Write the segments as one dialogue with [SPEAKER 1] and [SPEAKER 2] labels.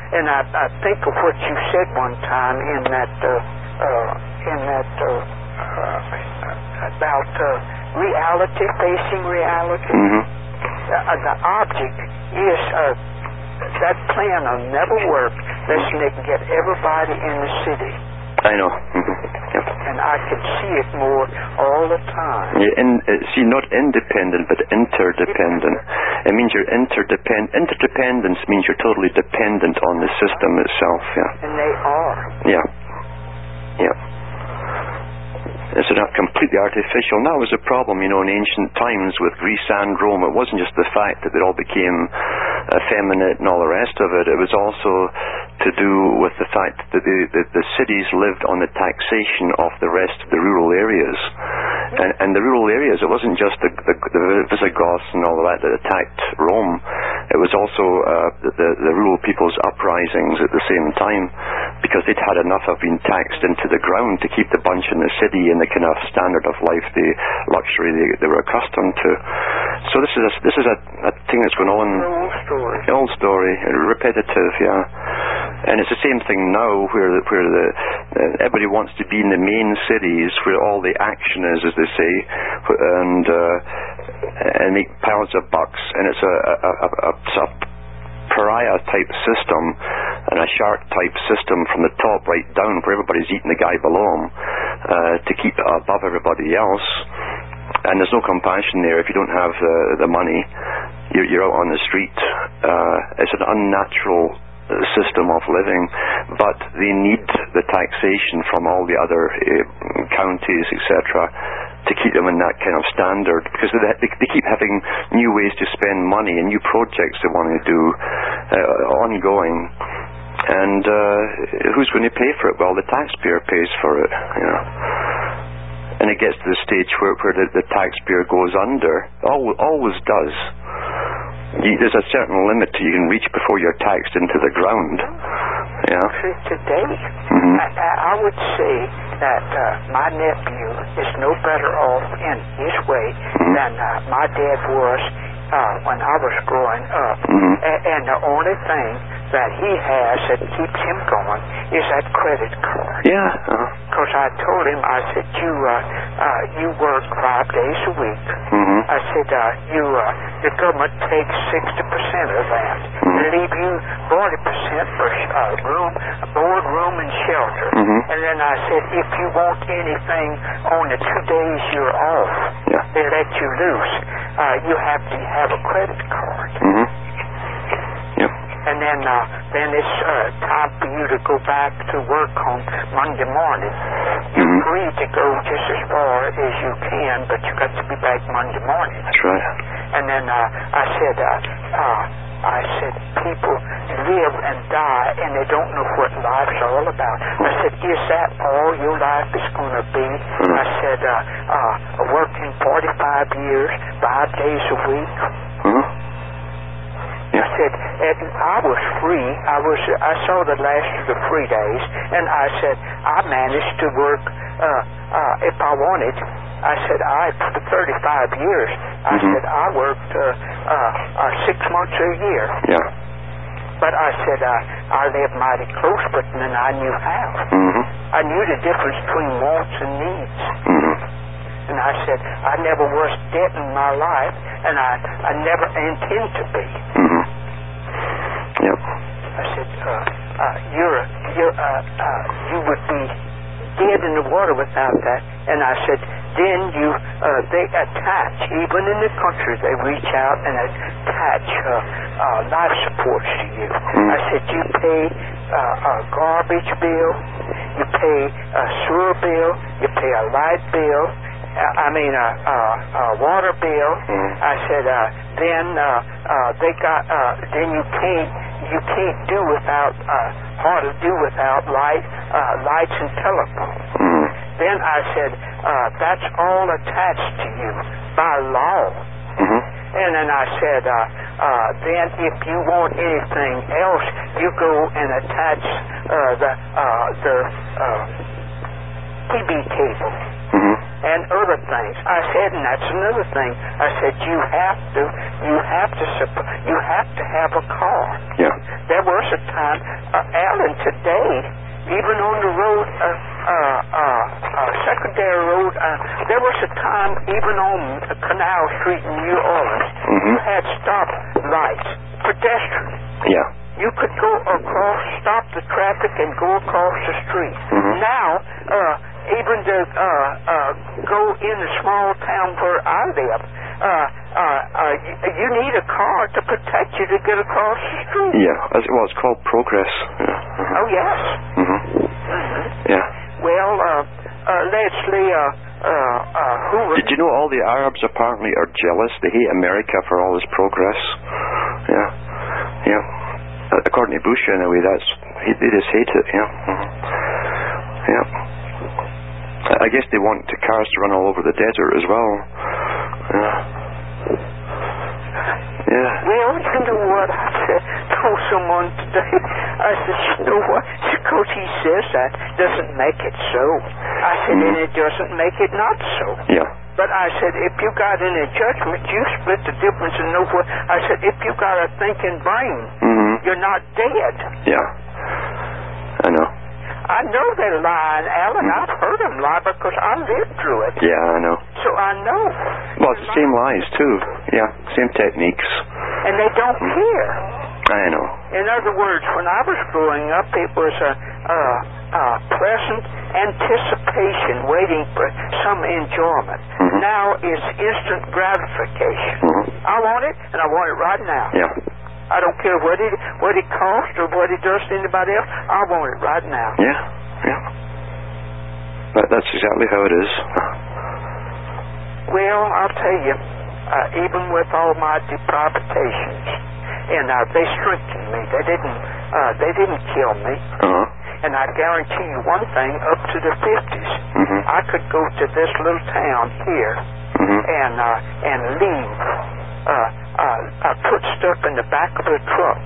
[SPEAKER 1] And I, I think of what you said one time in that uh, uh, in that uh, uh, about uh, reality facing reality.
[SPEAKER 2] Mm-hmm.
[SPEAKER 1] Uh, uh, the object is uh, that plan will never work unless they can get everybody in the city.
[SPEAKER 2] I know. Mm-hmm. Yep.
[SPEAKER 1] And I can see it more all the time.
[SPEAKER 2] You're in, uh, see, not independent, but interdependent. It means you're interdependent. Interdependence means you're totally dependent on the system itself. Yeah.
[SPEAKER 1] And they are.
[SPEAKER 2] Yeah. Yeah. It's not completely artificial. And that was a problem, you know, in ancient times with Greece and Rome. It wasn't just the fact that they all became effeminate and all the rest of it. It was also to do with the fact that the, the, the cities lived on the taxation of the rest of the rural areas. And, and the rural areas, it wasn't just the, the, the Visigoths and all of that that attacked Rome. It was also uh, the, the rural people's uprisings at the same time because they'd had enough of being taxed into the ground to keep the bunch in the city and the kind of standard of life, the luxury they, they were accustomed to. So this is a, this is a, a thing that's going on.
[SPEAKER 1] The whole story.
[SPEAKER 2] The old story, repetitive, yeah. And it's the same thing now, where the, where the uh, everybody wants to be in the main cities, where all the action is, as they say, wh- and uh, and make piles of bucks, and it's a a, a, a, a pariah type system and a shark type system from the top right down, where everybody's eating the guy below him uh, to keep above everybody else. And there's no compassion there if you don't have the, the money. You're, you're out on the street. Uh, it's an unnatural uh, system of living, but they need the taxation from all the other uh, counties, etc., to keep them in that kind of standard because they, they, they keep having new ways to spend money and new projects they want to do uh, ongoing. And uh, who's going to pay for it? Well, the taxpayer pays for it, you know. And it gets to the stage where, where the, the taxpayer goes under, always, always does. You, there's a certain limit you can reach before you're taxed into the ground. Yeah.
[SPEAKER 1] See, today,
[SPEAKER 2] Mhm.
[SPEAKER 1] I, I uh, I would say that uh, my nephew is no better off in his way
[SPEAKER 2] Mhm.
[SPEAKER 1] than uh, my dad was uh, when I was growing up.
[SPEAKER 2] Mhm.
[SPEAKER 1] A- and the only thing that he has that keeps him going is that credit card.
[SPEAKER 2] Yeah. Uh-huh.
[SPEAKER 1] Because I told him, I said, you, uh, uh, you work five days a week.
[SPEAKER 2] Mhm.
[SPEAKER 1] I said, uh, you, uh, the government takes 60% of that. They leave you 40% for sh- uh, room, board, room, and shelter.
[SPEAKER 2] Mhm.
[SPEAKER 1] And then I said, if you want anything on the two days you're off,
[SPEAKER 2] Yeah.
[SPEAKER 1] they let you loose. Uh, you have to have a credit card.
[SPEAKER 2] Mhm. Mm-hmm. Yep.
[SPEAKER 1] And then, uh, then it's uh, time for you to go back to work on Monday morning. You're
[SPEAKER 2] Mhm.
[SPEAKER 1] free to go just as far as you can, but you got to be back Monday morning.
[SPEAKER 2] That's right.
[SPEAKER 1] And then uh, I said, uh, uh, I said, people live and die and they don't know what life's all about. I said, is that all your life is going to be? I said, uh, uh, working 45 years, five days a week.
[SPEAKER 2] Mhm.
[SPEAKER 1] I said, and I was free. I was. I saw the last of the free days, and I said, I managed to work. Uh, uh, if I wanted, I said, I for 35 years. I
[SPEAKER 2] Mhm.
[SPEAKER 1] said I worked uh, uh, uh, six months a year,
[SPEAKER 2] Yeah.
[SPEAKER 1] but I said I I lived mighty close, but then I knew how.
[SPEAKER 2] Mhm.
[SPEAKER 1] I knew the difference between wants and needs.
[SPEAKER 2] Mhm.
[SPEAKER 1] And I said, I never was dead in my life, and I, I never intend to be.
[SPEAKER 2] Mhm. Yep.
[SPEAKER 1] I said, uh, uh, you're, you're, uh, uh, you would be dead in the water without that. And I said, then you, uh, they attach, even in the country, they reach out and attach uh, uh, life supports to you. I said, you pay uh, a garbage bill, you pay a sewer bill, you pay a light bill, uh, I mean a, a, a water bill.
[SPEAKER 2] Mm.
[SPEAKER 1] I said, uh, then uh, uh, they got, uh, then you can't, you can't do without, uh, hard to do without light, uh, lights and telephone.
[SPEAKER 2] Mhm.
[SPEAKER 1] Then I said, uh, that's all attached to you by law.
[SPEAKER 2] Mhm.
[SPEAKER 1] And then I said, uh, uh, then if you want anything else, you go and attach uh, the uh, the uh, TV cable.
[SPEAKER 2] Mhm.
[SPEAKER 1] and other things. I said, and that's another thing. I said, you have to, you have to, supp- you have to have a car.
[SPEAKER 2] Yeah.
[SPEAKER 1] There was a time, uh, Alan, today, even on the road, uh, uh, uh, uh, secondary road, uh, there was a time, even on Canal Street in New Orleans,
[SPEAKER 2] Mhm.
[SPEAKER 1] you had stop lights, pedestrians.
[SPEAKER 2] Yeah.
[SPEAKER 1] You could go across, stop the traffic, and go across the street.
[SPEAKER 2] Mhm.
[SPEAKER 1] Now, uh, even to uh, uh, go in the small town where I live, uh, uh, uh, y- you need a car to protect you to get across the street.
[SPEAKER 2] Yeah. As, well, it's called progress. Yeah. Mhm.
[SPEAKER 1] Oh yes.
[SPEAKER 2] Mhm. Yeah.
[SPEAKER 1] Well, uh, uh, Leslie uh, uh, uh, Hoover.
[SPEAKER 2] Did you know all the Arabs apparently are jealous? They hate America for all this progress. Yeah. Yeah. Uh, According to Bush, anyway, that's he- they just hate it. Yeah. Mhm. Yeah. I- I guess they want the cars to run all over the desert as well. Yeah. Yeah.
[SPEAKER 1] Well, you know what? I said, told someone today, I said, you know what? Because he says that doesn't make it so. I said,
[SPEAKER 2] Mm.
[SPEAKER 1] and it doesn't make it not so.
[SPEAKER 2] Yeah.
[SPEAKER 1] But I said, if you got any judgment, you split the difference and know what. I said, if you got a thinking brain,
[SPEAKER 2] hmm
[SPEAKER 1] you're not dead.
[SPEAKER 2] Yeah. I know.
[SPEAKER 1] I know they're lying, Alan.
[SPEAKER 2] Mm.
[SPEAKER 1] I've heard them lie because I lived through it.
[SPEAKER 2] Yeah, I know.
[SPEAKER 1] So I know.
[SPEAKER 2] Well, it's the same lies too. Yeah, same techniques.
[SPEAKER 1] And they don't
[SPEAKER 2] Mm.
[SPEAKER 1] care.
[SPEAKER 2] I know.
[SPEAKER 1] In other words, when I was growing up, it was a, a, a pleasant anticipation, waiting for some enjoyment.
[SPEAKER 2] Mhm.
[SPEAKER 1] Now it's instant gratification.
[SPEAKER 2] hmm
[SPEAKER 1] I want it, and I want it right now.
[SPEAKER 2] Yeah.
[SPEAKER 1] I don't care what it what it costs or what it does to anybody else. I want it right now.
[SPEAKER 2] Yeah. Yeah. That, that's exactly how it is. Uh-huh.
[SPEAKER 1] Well, I'll tell you, uh, even with all my deprivatives, and uh, they strengthened me. They didn't. Uh, they didn't kill me.
[SPEAKER 2] Uh-huh.
[SPEAKER 1] And I guarantee you one thing: up to the fifties,
[SPEAKER 2] Mhm.
[SPEAKER 1] I could go to this little town here
[SPEAKER 2] Mhm.
[SPEAKER 1] and uh, and leave, uh, uh, uh, put stuff in the back of a truck,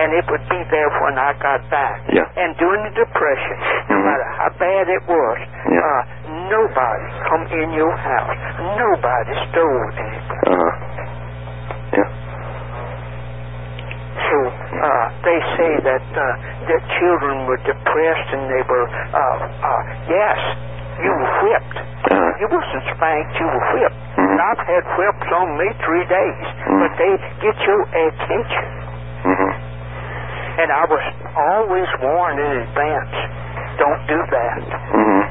[SPEAKER 1] and it would be there when I got back.
[SPEAKER 2] Yeah.
[SPEAKER 1] And during the depression, no
[SPEAKER 2] Mhm.
[SPEAKER 1] matter how bad it was,
[SPEAKER 2] Yeah.
[SPEAKER 1] uh, nobody come in your house. Nobody stole anything.
[SPEAKER 2] Uh-huh. Yeah.
[SPEAKER 1] So uh, they say that uh, their children were depressed and they were, uh, uh, yes, you were whipped.
[SPEAKER 2] Uh-huh.
[SPEAKER 1] You wasn't spanked, you were whipped.
[SPEAKER 2] Mhm.
[SPEAKER 1] And I've had whips on me three days,
[SPEAKER 2] Mhm.
[SPEAKER 1] but they get your attention.
[SPEAKER 2] Mhm.
[SPEAKER 1] And I was always warned in advance, don't do that.
[SPEAKER 2] Mhm.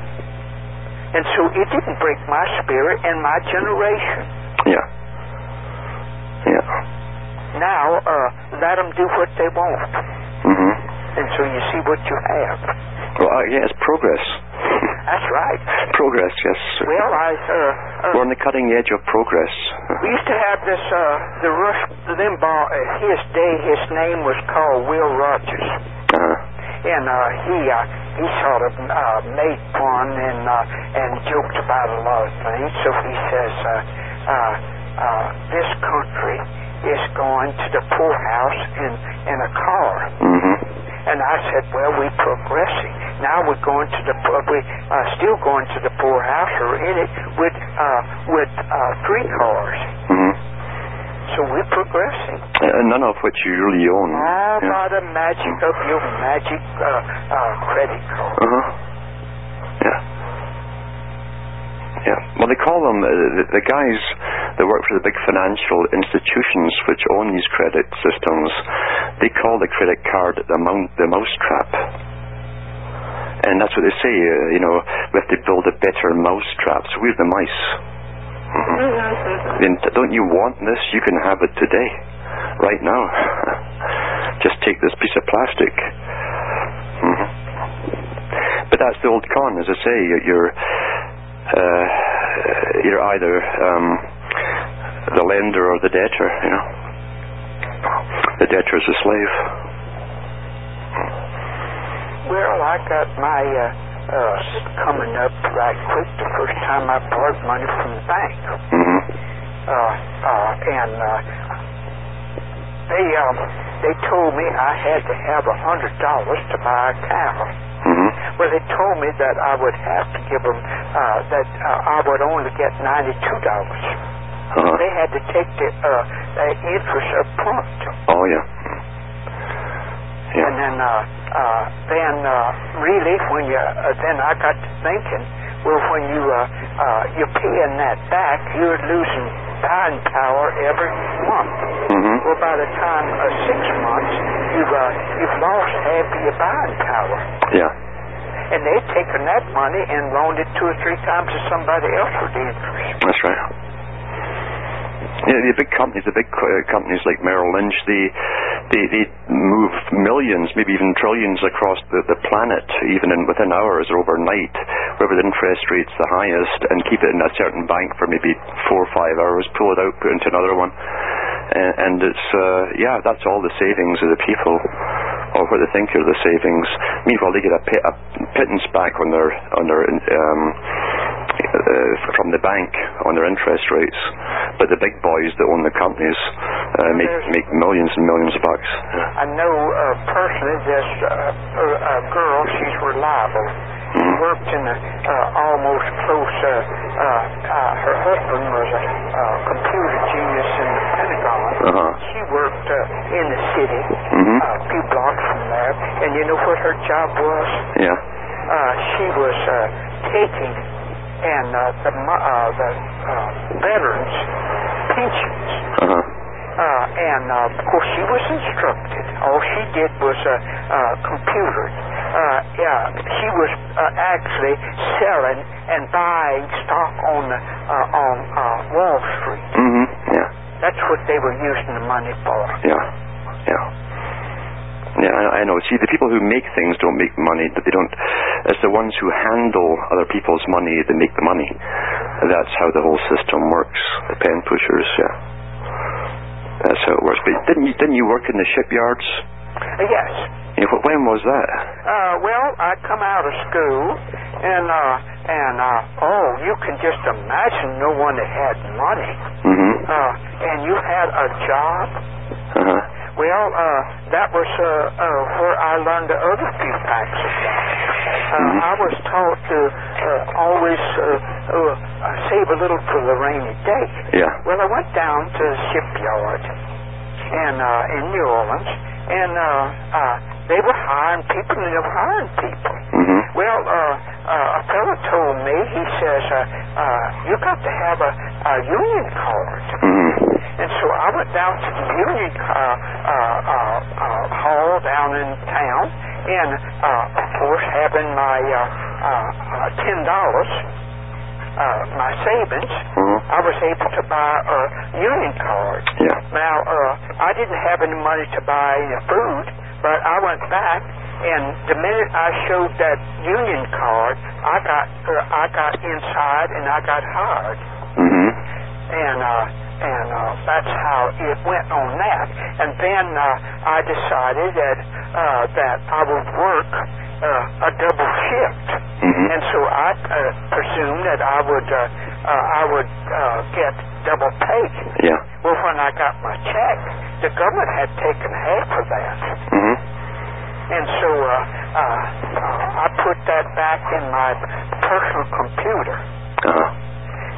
[SPEAKER 1] And so it didn't break my spirit and my generation.
[SPEAKER 2] Yeah. Yeah.
[SPEAKER 1] Now, uh, let them do what they want.
[SPEAKER 2] Mhm.
[SPEAKER 1] And so you see what you have.
[SPEAKER 2] Well, uh, yeah, it's progress.
[SPEAKER 1] That's right.
[SPEAKER 2] progress, yes.
[SPEAKER 1] Well, I uh, uh,
[SPEAKER 2] We're on the cutting edge of progress.
[SPEAKER 1] we used to have this uh, the Rush Limbaugh. Uh, his day, his name was called Will Rogers,
[SPEAKER 2] Uh-huh.
[SPEAKER 1] and uh, he uh, he sort of uh, made fun and uh, and joked about a lot of things. So he says, uh, uh, uh, "This country is going to the poorhouse in in a car."
[SPEAKER 2] Mhm.
[SPEAKER 1] And I said, well, we're progressing. Now we're going to the poor, we uh, still going to the poorhouse or in it with uh, with uh, three cars.
[SPEAKER 2] Mhm.
[SPEAKER 1] So we're progressing.
[SPEAKER 2] Uh, none of which you really own.
[SPEAKER 1] All
[SPEAKER 2] Yeah.
[SPEAKER 1] by the magic of your magic uh, uh, credit card.
[SPEAKER 2] Uh-huh. Yeah. Yeah. Well, they call them uh, the, the guys that work for the big financial institutions which own these credit systems. They call the credit card the mou- the mousetrap. And that's what they say. Uh, you know, we have to build a better mousetrap. So we're the mice. Mhm. Then t- don't you want this? You can have it today, right now. Just take this piece of plastic. Mhm. But that's the old con, as I say. You're you're, uh, you're either um, the lender or the debtor. You know, the debtor is a slave.
[SPEAKER 1] Well, I got my uh, uh, coming up right quick the first time I borrowed money from the bank.
[SPEAKER 2] hmm
[SPEAKER 1] uh, uh, and uh, they um, they told me I had to have a hundred dollars to buy a cow.
[SPEAKER 2] hmm
[SPEAKER 1] Well, they told me that I would have to give them, uh, that uh, I would only get $92.
[SPEAKER 2] Uh-huh.
[SPEAKER 1] They had to take the uh, uh, interest up front.
[SPEAKER 2] Oh yeah. Yeah.
[SPEAKER 1] And then, uh, uh, then uh, really, when you, uh, then I got to thinking, well, when you, uh, uh, you're paying that back, you're losing buying power every month.
[SPEAKER 2] hmm
[SPEAKER 1] Well, by the time uh, six months, you've uh, you've lost half of your buying power,
[SPEAKER 2] Yeah.
[SPEAKER 1] and they've taken that money and loaned it two or three times to somebody else with the interest.
[SPEAKER 2] That's right. Yeah, the big companies, the big uh, companies like Merrill Lynch, they, they they move millions, maybe even trillions across the, the planet, even in within hours or overnight, wherever the interest rate's the highest, and keep it in a certain bank for maybe four or five hours, pull it out, put it into another one, and, and it's uh, yeah, that's all the savings of the people, or what they think are the savings. Meanwhile, they get a, pi- a pittance back on their on their um, uh, from the bank on their interest rates, but the big boys that own the companies uh, make
[SPEAKER 1] There's-
[SPEAKER 2] make millions and millions of bucks.
[SPEAKER 1] I know uh, personally this uh, uh, uh, girl, she's reliable. She
[SPEAKER 2] Mhm.
[SPEAKER 1] worked in a, uh, almost close, uh, uh, uh, her husband was a uh, computer genius in the Pentagon.
[SPEAKER 2] Uh-huh.
[SPEAKER 1] She worked uh, in the city,
[SPEAKER 2] Mhm.
[SPEAKER 1] uh, a few blocks from there, and you know what her job was?
[SPEAKER 2] Yeah.
[SPEAKER 1] Uh, she was uh, taking and uh, the, mo- uh, the uh, veterans' pensions.
[SPEAKER 2] Uh huh.
[SPEAKER 1] Uh, and uh, of course, she was instructed. All she did was uh, uh, computer. Uh, yeah, she was uh, actually selling and buying stock on the, uh, on uh, Wall Street.
[SPEAKER 2] Mhm. Yeah.
[SPEAKER 1] That's what they were using the money for.
[SPEAKER 2] Yeah. Yeah. Yeah, I, I know. See, the people who make things don't make money. But they don't. It's the ones who handle other people's money that make the money. That's how the whole system works. The pen pushers. Yeah. That's how it works. But didn't you, didn't you work in the shipyards?
[SPEAKER 1] Uh, yes.
[SPEAKER 2] Yeah, wh- when was that?
[SPEAKER 1] Uh, well, I come out of school, and uh, and uh, oh, you can just imagine no one that had money.
[SPEAKER 2] Mhm.
[SPEAKER 1] Uh, and you had a job.
[SPEAKER 2] Uh huh.
[SPEAKER 1] Well, uh, that was uh, uh, where I learned the other few facts. Uh,
[SPEAKER 2] Mhm.
[SPEAKER 1] I was taught to uh, always uh, uh, save a little for the rainy day.
[SPEAKER 2] Yeah.
[SPEAKER 1] Well, I went down to the shipyard and uh, in New Orleans, and uh, uh, they were hiring people, and they were hiring people.
[SPEAKER 2] Mhm.
[SPEAKER 1] Well, uh, uh, a fellow told me, he says, uh, uh, you got to have a, a union card.
[SPEAKER 2] Mhm.
[SPEAKER 1] And so I went down to the union uh, uh, uh, uh, hall down in town, and uh, of course, having my uh, uh, uh, ten dollars, uh, my savings,
[SPEAKER 2] Mhm.
[SPEAKER 1] I was able to buy a union card.
[SPEAKER 2] Yeah.
[SPEAKER 1] Now, uh, I didn't have any money to buy any food, but I went back, and the minute I showed that union card, I got uh, I got inside and I got hired
[SPEAKER 2] Mhm.
[SPEAKER 1] and uh, and uh, that's how it went on that. And then uh, I decided that uh, that I would work uh, a double shift,
[SPEAKER 2] Mhm.
[SPEAKER 1] and so I uh, presumed that I would uh, uh, I would uh, get double pay.
[SPEAKER 2] Yeah.
[SPEAKER 1] Well, when I got my check, the government had taken half of that,
[SPEAKER 2] Mhm.
[SPEAKER 1] and so uh, uh, uh, I put that back in my personal computer.
[SPEAKER 2] Uh,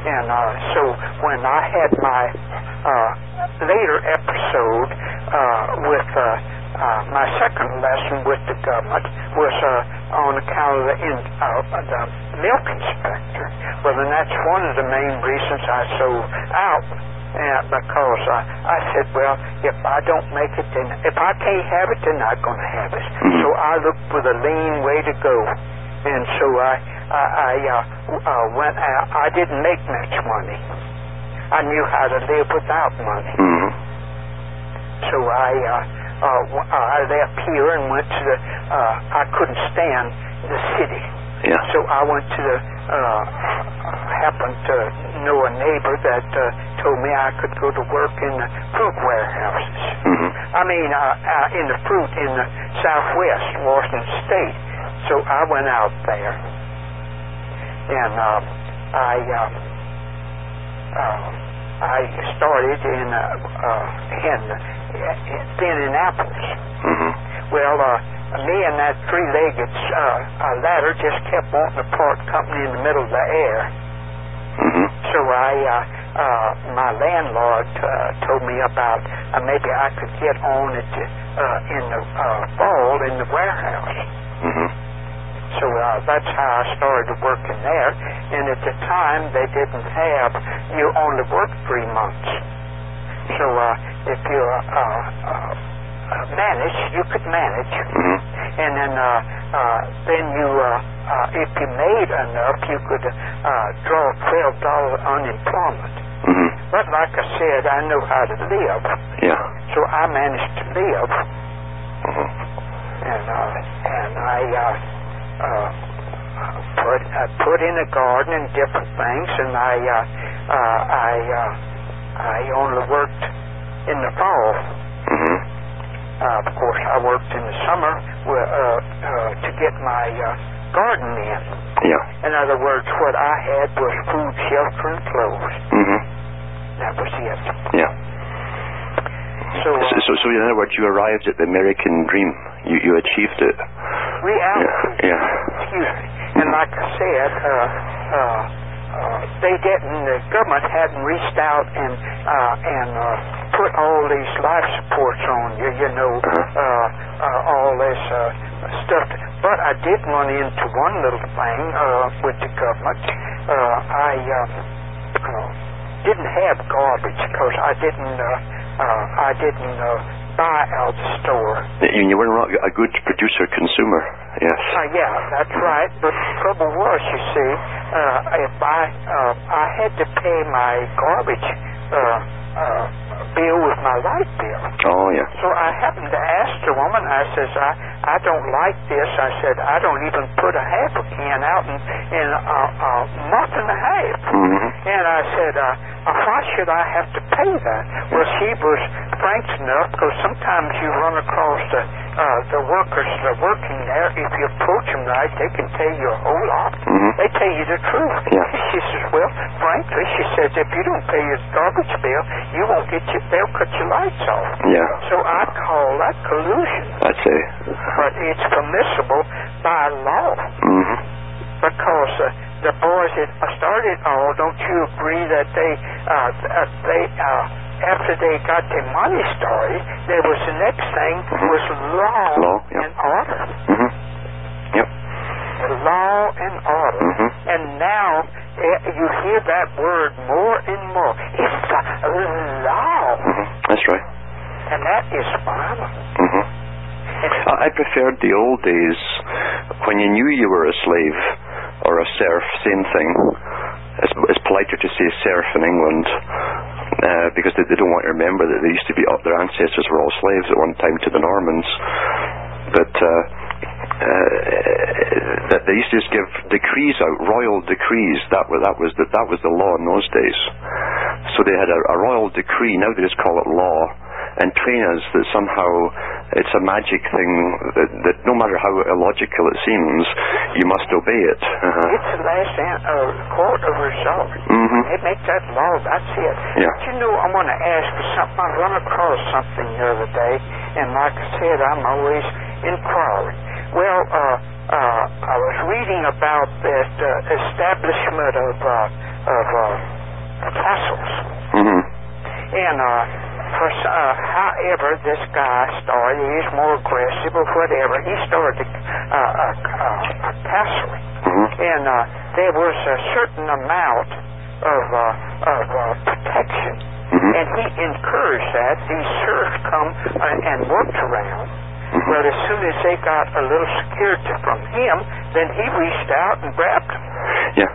[SPEAKER 1] And uh, so when I had my uh, later episode uh, with uh, uh, my second lesson with the government was uh, on account of the, in, uh, the milk inspector. Well, and that's one of the main reasons I sold out. Uh, because I, I said, well, if I don't make it, then if I can't have it, they're not going to have it.
[SPEAKER 2] Mhm.
[SPEAKER 1] So I looked for the lean way to go. And so I, I, I uh, uh, went out. I didn't make much money. I knew how to live without money.
[SPEAKER 2] mhm.
[SPEAKER 1] So I, uh, uh, w- I left here and went to the. Uh, I couldn't stand the city,
[SPEAKER 2] Yeah.
[SPEAKER 1] so I went to the. Uh, happened to know a neighbor that uh, told me I could go to work in the fruit warehouses.
[SPEAKER 2] Mhm.
[SPEAKER 1] I mean, uh, uh, in the fruit in the southwest Washington state. So I went out there, and uh, I uh, uh, I started in uh, uh, in, in thinning apples.
[SPEAKER 2] Mhm.
[SPEAKER 1] uh, Well, uh, uh, me and that three-legged uh, uh, ladder just kept wanting to part company in the middle of the air.
[SPEAKER 2] hmm
[SPEAKER 1] So I, uh, uh, my landlord uh, told me about uh, maybe I could get on it uh, in the uh, fall in the warehouse.
[SPEAKER 2] hmm
[SPEAKER 1] So uh, that's how I started working there. And at the time, they didn't have you only work three months. So uh, if you uh, uh, uh, manage, you could manage,
[SPEAKER 2] hmm
[SPEAKER 1] and then uh, uh, then you uh, uh, if you made enough, you could uh, draw twelve dollar unemployment.
[SPEAKER 2] hmm
[SPEAKER 1] But like I said, I know how to live,
[SPEAKER 2] Yeah.
[SPEAKER 1] so I managed to live
[SPEAKER 2] hmm
[SPEAKER 1] and uh, and I uh, uh, put I put in a garden and different things, and I uh, uh, I uh, I only worked in the fall.
[SPEAKER 2] hmm
[SPEAKER 1] Uh, of course, I worked in the summer wi- uh, uh, to get my uh, garden in.
[SPEAKER 2] Yeah.
[SPEAKER 1] In other words, what I had was food, shelter, and clothes.
[SPEAKER 2] hmm
[SPEAKER 1] That was it.
[SPEAKER 2] Yeah.
[SPEAKER 1] So uh,
[SPEAKER 2] So, so, so in other words, you arrived at the American dream. You, you achieved it.
[SPEAKER 1] we out.
[SPEAKER 2] Yeah. Yeah.
[SPEAKER 1] Excuse me. And like I said, uh, uh, uh, they didn't. The government hadn't reached out and uh, and uh, put all these life supports on you. You know, uh,
[SPEAKER 2] Uh-huh.
[SPEAKER 1] uh, all this uh, stuff. But I did run into one little thing uh, with the government. Uh, I um, uh, didn't have garbage because I didn't. Uh, uh, I didn't uh, buy out the store.
[SPEAKER 2] You, you were not a good producer consumer. Yes.
[SPEAKER 1] Uh, yeah, that's right. But the trouble was, you see, uh, if I uh, I had to pay my garbage uh, uh, bill with my light bill.
[SPEAKER 2] Oh yeah.
[SPEAKER 1] So I happened to ask the woman. I says, I I don't like this. I said, I don't even put a half a can out in in a, a month and a half.
[SPEAKER 2] hmm
[SPEAKER 1] And I said, uh, uh, why should I have to pay that? Well, she was frank enough because sometimes you run across the uh, the workers that are working there. If you approach them right, they can tell you a whole lot.
[SPEAKER 2] Mhm.
[SPEAKER 1] They tell you the truth.
[SPEAKER 2] Yeah.
[SPEAKER 1] She says, well, frankly, she says, if you don't pay your garbage bill, you won't get your. They'll cut your lights off.
[SPEAKER 2] Yeah.
[SPEAKER 1] So I call that collusion,
[SPEAKER 2] I'd say.
[SPEAKER 1] but it's permissible by law
[SPEAKER 2] hmm
[SPEAKER 1] because uh, the boys that started all, don't you agree that they, uh, uh, they, uh, after they got their money started, there was the next thing was law,
[SPEAKER 2] Law, yeah.
[SPEAKER 1] and order,
[SPEAKER 2] hmm Yep.
[SPEAKER 1] law and order,
[SPEAKER 2] Mhm.
[SPEAKER 1] and now eh, you hear that word more and more. It's the law,
[SPEAKER 2] hmm That's right.
[SPEAKER 1] and that is violent.
[SPEAKER 2] hmm
[SPEAKER 1] And
[SPEAKER 2] I I preferred the old days when you knew you were a slave or a serf, same thing. It's, it's politer to say serf in England uh, because they, they don't want to remember that they used to be their ancestors were all slaves at one time to the Normans. But uh, uh, that they used to just give decrees out, royal decrees. That was that was the, that was the law in those days. So they had a, a royal decree. Now they just call it law and train us that somehow it's a magic thing that, that no matter how illogical it seems, you must obey it. Uh-huh.
[SPEAKER 1] it's the last an- uh, court of result.
[SPEAKER 2] hmm
[SPEAKER 1] They make that law. That's it.
[SPEAKER 2] Yeah.
[SPEAKER 1] But you know, I want to ask you something. I run across something the other day, and like I said, I'm always inquiring. Well, uh, uh, I was reading about that uh, establishment of uh, of uh, apostles,
[SPEAKER 2] hmm
[SPEAKER 1] and uh, for s- uh, however this guy started, he's more aggressive or whatever. He started uh, a, a, a castle
[SPEAKER 2] hmm
[SPEAKER 1] and uh, there was a certain amount of uh, of uh, protection,
[SPEAKER 2] Mhm.
[SPEAKER 1] and he encouraged that these serfs come uh, and worked around. Well,
[SPEAKER 2] Mm-hmm.
[SPEAKER 1] as soon as they got a little security from him, then he reached out and grabbed them.
[SPEAKER 2] Yeah.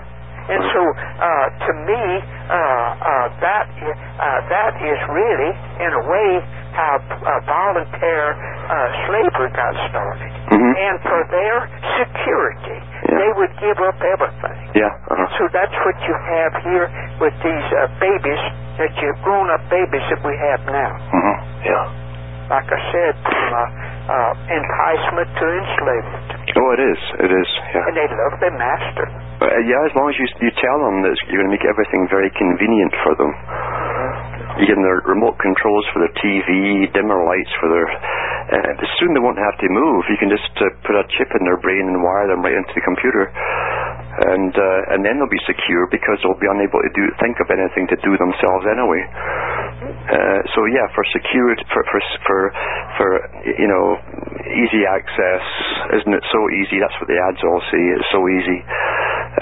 [SPEAKER 1] And so, uh, to me, uh, uh, that i- uh, that is really, in a way, how uh, voluntary uh, slavery got started.
[SPEAKER 2] Mhm.
[SPEAKER 1] And for their security,
[SPEAKER 2] Yeah.
[SPEAKER 1] they would give up everything.
[SPEAKER 2] Yeah. Uh-huh.
[SPEAKER 1] So that's what you have here with these uh, babies that you grown-up babies that we have now.
[SPEAKER 2] hmm Yeah.
[SPEAKER 1] Like I said, from uh, uh, enticement to enslavement,
[SPEAKER 2] Oh, it is. It is. Yeah.
[SPEAKER 1] and they love their master.
[SPEAKER 2] Uh, yeah. As long as you you tell them that you're going to make everything very convenient for Uh-huh. them. You give them their remote controls for their TV, dimmer lights for their uh, soon they won't have to move. You can just uh, put a chip in their brain and wire them right into the computer, and uh, and then they'll be secure because they'll be unable to do think of anything to do themselves anyway. Uh, so yeah, for security, for for for for you know easy access, isn't it so easy? That's what the ads all say. It's so easy,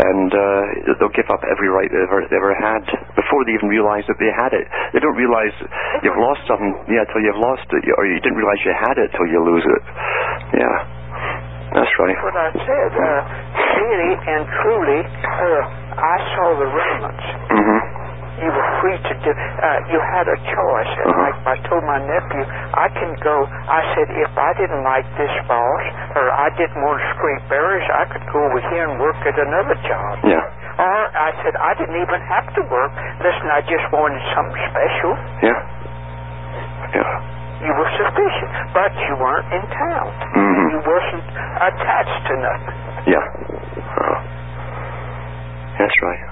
[SPEAKER 2] and uh, they'll give up every right they've ever, they ever had before they even realize that they had it. They don't realize you've lost something, yeah, till you've lost it, or you didn't realize you had it till you lose it. Yeah, that's right.
[SPEAKER 1] That's what I said. Uh, really and truly, uh, I saw the remnants.
[SPEAKER 2] Mm-hmm.
[SPEAKER 1] You were free to do. Uh, you had a choice, and
[SPEAKER 2] Uh-huh.
[SPEAKER 1] like I told my nephew, I can go. I said if I didn't like this boss or I didn't want to scrape berries, I could go over here and work at another job.
[SPEAKER 2] Yeah,
[SPEAKER 1] Or I said I didn't even have to work. Listen, I just wanted something special.
[SPEAKER 2] yeah, yeah.
[SPEAKER 1] You were sufficient, but you weren't in town.
[SPEAKER 2] Mhm.
[SPEAKER 1] You wasn't attached to nothing.
[SPEAKER 2] Yeah. Uh, that's right.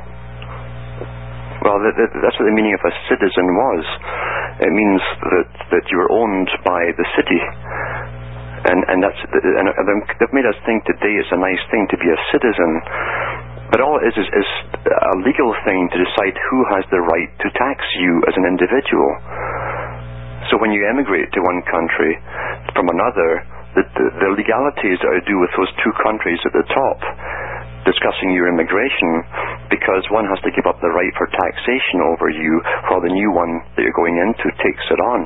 [SPEAKER 2] Well, th- th- that's what the meaning of a citizen was. It means that that you were owned by the city. And, and that's and they've made us think today it's a nice thing to be a citizen, but all it is, is is a legal thing to decide who has the right to tax you as an individual. So when you emigrate to one country from another, the, the, the legalities are due with those two countries at the top discussing your immigration because one has to give up the right for taxation over you while the new one that you're going into takes it on.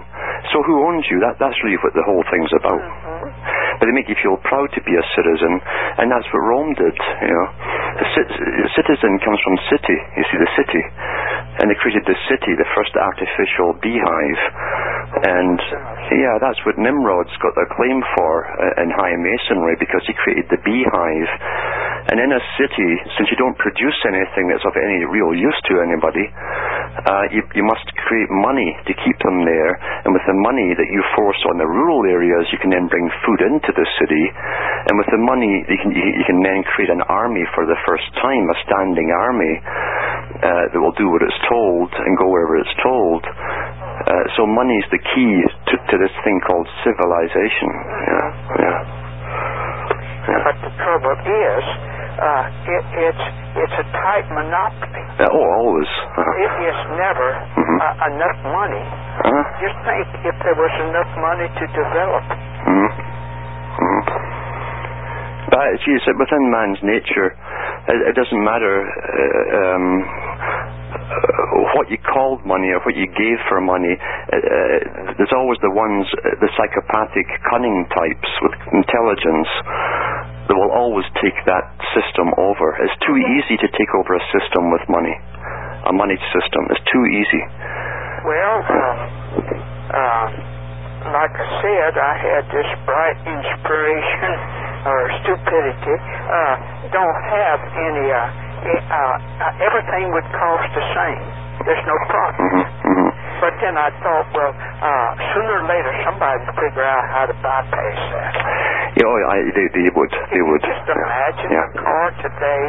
[SPEAKER 2] So who owns you? That, that's really what the whole thing's about. But they make you feel proud to be a citizen, and that's what Rome did. You know, the cit- citizen comes from city. You see, the city, and they created the city, the first artificial beehive, and yeah, that's what Nimrod's got their claim for uh, in high masonry because he created the beehive. And in a city, since you don't produce anything that's of any real use to anybody, uh, you, you must create money to keep them there. And with the money that you force on the rural areas, you can then bring food into the city. And with the money, you can, you, you can then create an army for the first time, a standing army uh, that will do what it's told and go wherever it's told. Uh, so money is the key to, to this thing called civilization. Yeah, yeah, yeah.
[SPEAKER 1] But the trouble is, uh, it, it's it's a tight monopoly.
[SPEAKER 2] Uh, Oh, always. Uh-huh.
[SPEAKER 1] It is never
[SPEAKER 2] Mhm.
[SPEAKER 1] uh, enough money.
[SPEAKER 2] Uh-huh.
[SPEAKER 1] Just think if there was enough money to develop.
[SPEAKER 2] Mm. Mm. But see, it's within man's nature. It, it doesn't matter uh, um, uh, what you called money or what you gave for money. Uh, uh, there's always the ones, uh, the psychopathic, cunning types with intelligence that will always take that system over. It's too easy to take over a system with money, a money system. It's too easy.
[SPEAKER 1] Well, uh, uh, like I said, I had this bright inspiration or stupidity. Uh, don't have any. Uh, e- uh, uh, everything would cost the same. There's no profit.
[SPEAKER 2] hmm hmm
[SPEAKER 1] But then I thought, well, uh, sooner or later somebody would figure out how to bypass that.
[SPEAKER 2] Yeah, oh, I, they, they would.
[SPEAKER 1] Can
[SPEAKER 2] They
[SPEAKER 1] you
[SPEAKER 2] would.
[SPEAKER 1] Just
[SPEAKER 2] Yeah.
[SPEAKER 1] imagine
[SPEAKER 2] yeah.
[SPEAKER 1] a car today,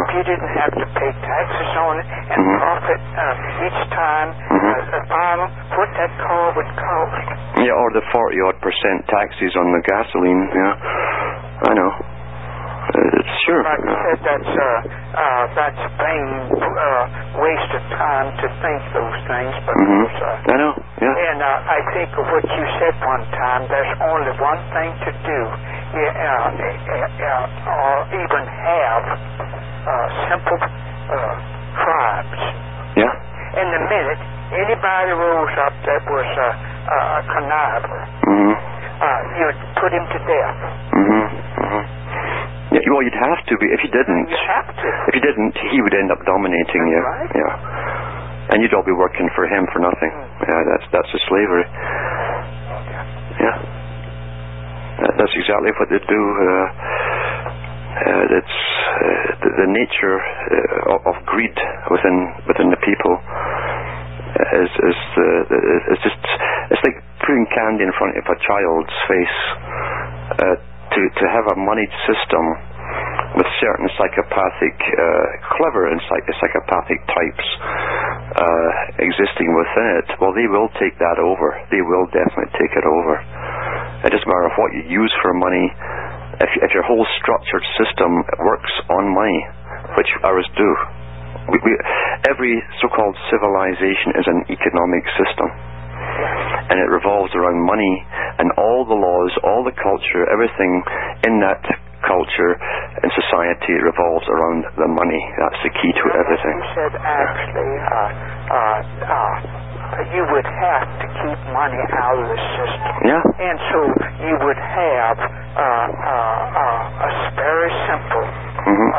[SPEAKER 1] if you didn't have to pay taxes on it and
[SPEAKER 2] Mhm.
[SPEAKER 1] profit uh, each time, uh, the final, what that car would cost.
[SPEAKER 2] Yeah, or the forty odd percent taxes on the gasoline. Yeah, I know. Uh, it's sure.
[SPEAKER 1] Like I said, that's, uh, uh, that's vain, uh, waste of time to think those things.
[SPEAKER 2] hmm
[SPEAKER 1] Because, uh,
[SPEAKER 2] I know. Yeah.
[SPEAKER 1] And uh, I think of what you said one time. There's only one thing to do, uh, uh, uh, or even have uh, simple uh, tribes.
[SPEAKER 2] Yeah.
[SPEAKER 1] And the minute anybody rose up that was uh, uh, a conniver,
[SPEAKER 2] hmm
[SPEAKER 1] uh, you'd put him to death.
[SPEAKER 2] hmm hmm Yeah, well, you'd have to be if you didn't.
[SPEAKER 1] You have to.
[SPEAKER 2] If you didn't, he would end up dominating you.
[SPEAKER 1] Right.
[SPEAKER 2] Yeah. And you'd all be working for him for nothing. Yeah, that's that's a slavery. Yeah. That, that's exactly what they do. Uh, uh, it's uh, the, the nature uh, of, of greed within within the people is is uh, it's just it's like putting candy in front of a child's face. Uh, to to have a moneyed system with certain psychopathic, uh, clever and psych- psychopathic types uh, existing within it, well, they will take that over. They will definitely take it over. It doesn't matter what you use for money. If, if your whole structured system works on money, which ours do, we, we, every so-called civilization is an economic system and it revolves around money and all the laws, all the culture, everything in that culture and society revolves around the money. That's the key to
[SPEAKER 1] Now,
[SPEAKER 2] everything.
[SPEAKER 1] You said actually, uh, uh, uh, you would have to keep money out of the system.
[SPEAKER 2] Yeah.
[SPEAKER 1] And so you would have uh, uh, uh, a very simple
[SPEAKER 2] Mhm.
[SPEAKER 1] uh,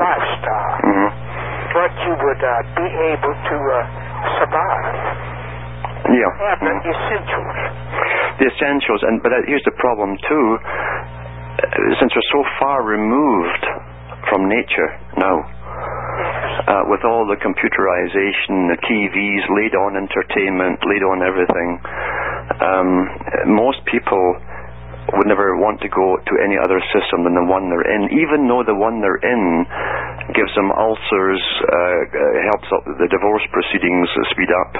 [SPEAKER 1] lifestyle,
[SPEAKER 2] hmm
[SPEAKER 1] but you would uh, be able to uh, survive,
[SPEAKER 2] Yeah.
[SPEAKER 1] have the
[SPEAKER 2] mhm.
[SPEAKER 1] essentials.
[SPEAKER 2] the essentials. And but that- here's the problem too. Uh, Since we're so far removed from nature now, uh, with all the computerization, the TVs, laid-on entertainment, laid-on everything, um, most people would never want to go to any other system than the one they're in, even though the one they're in gives them ulcers, uh, uh, helps up the divorce proceedings uh, speed up,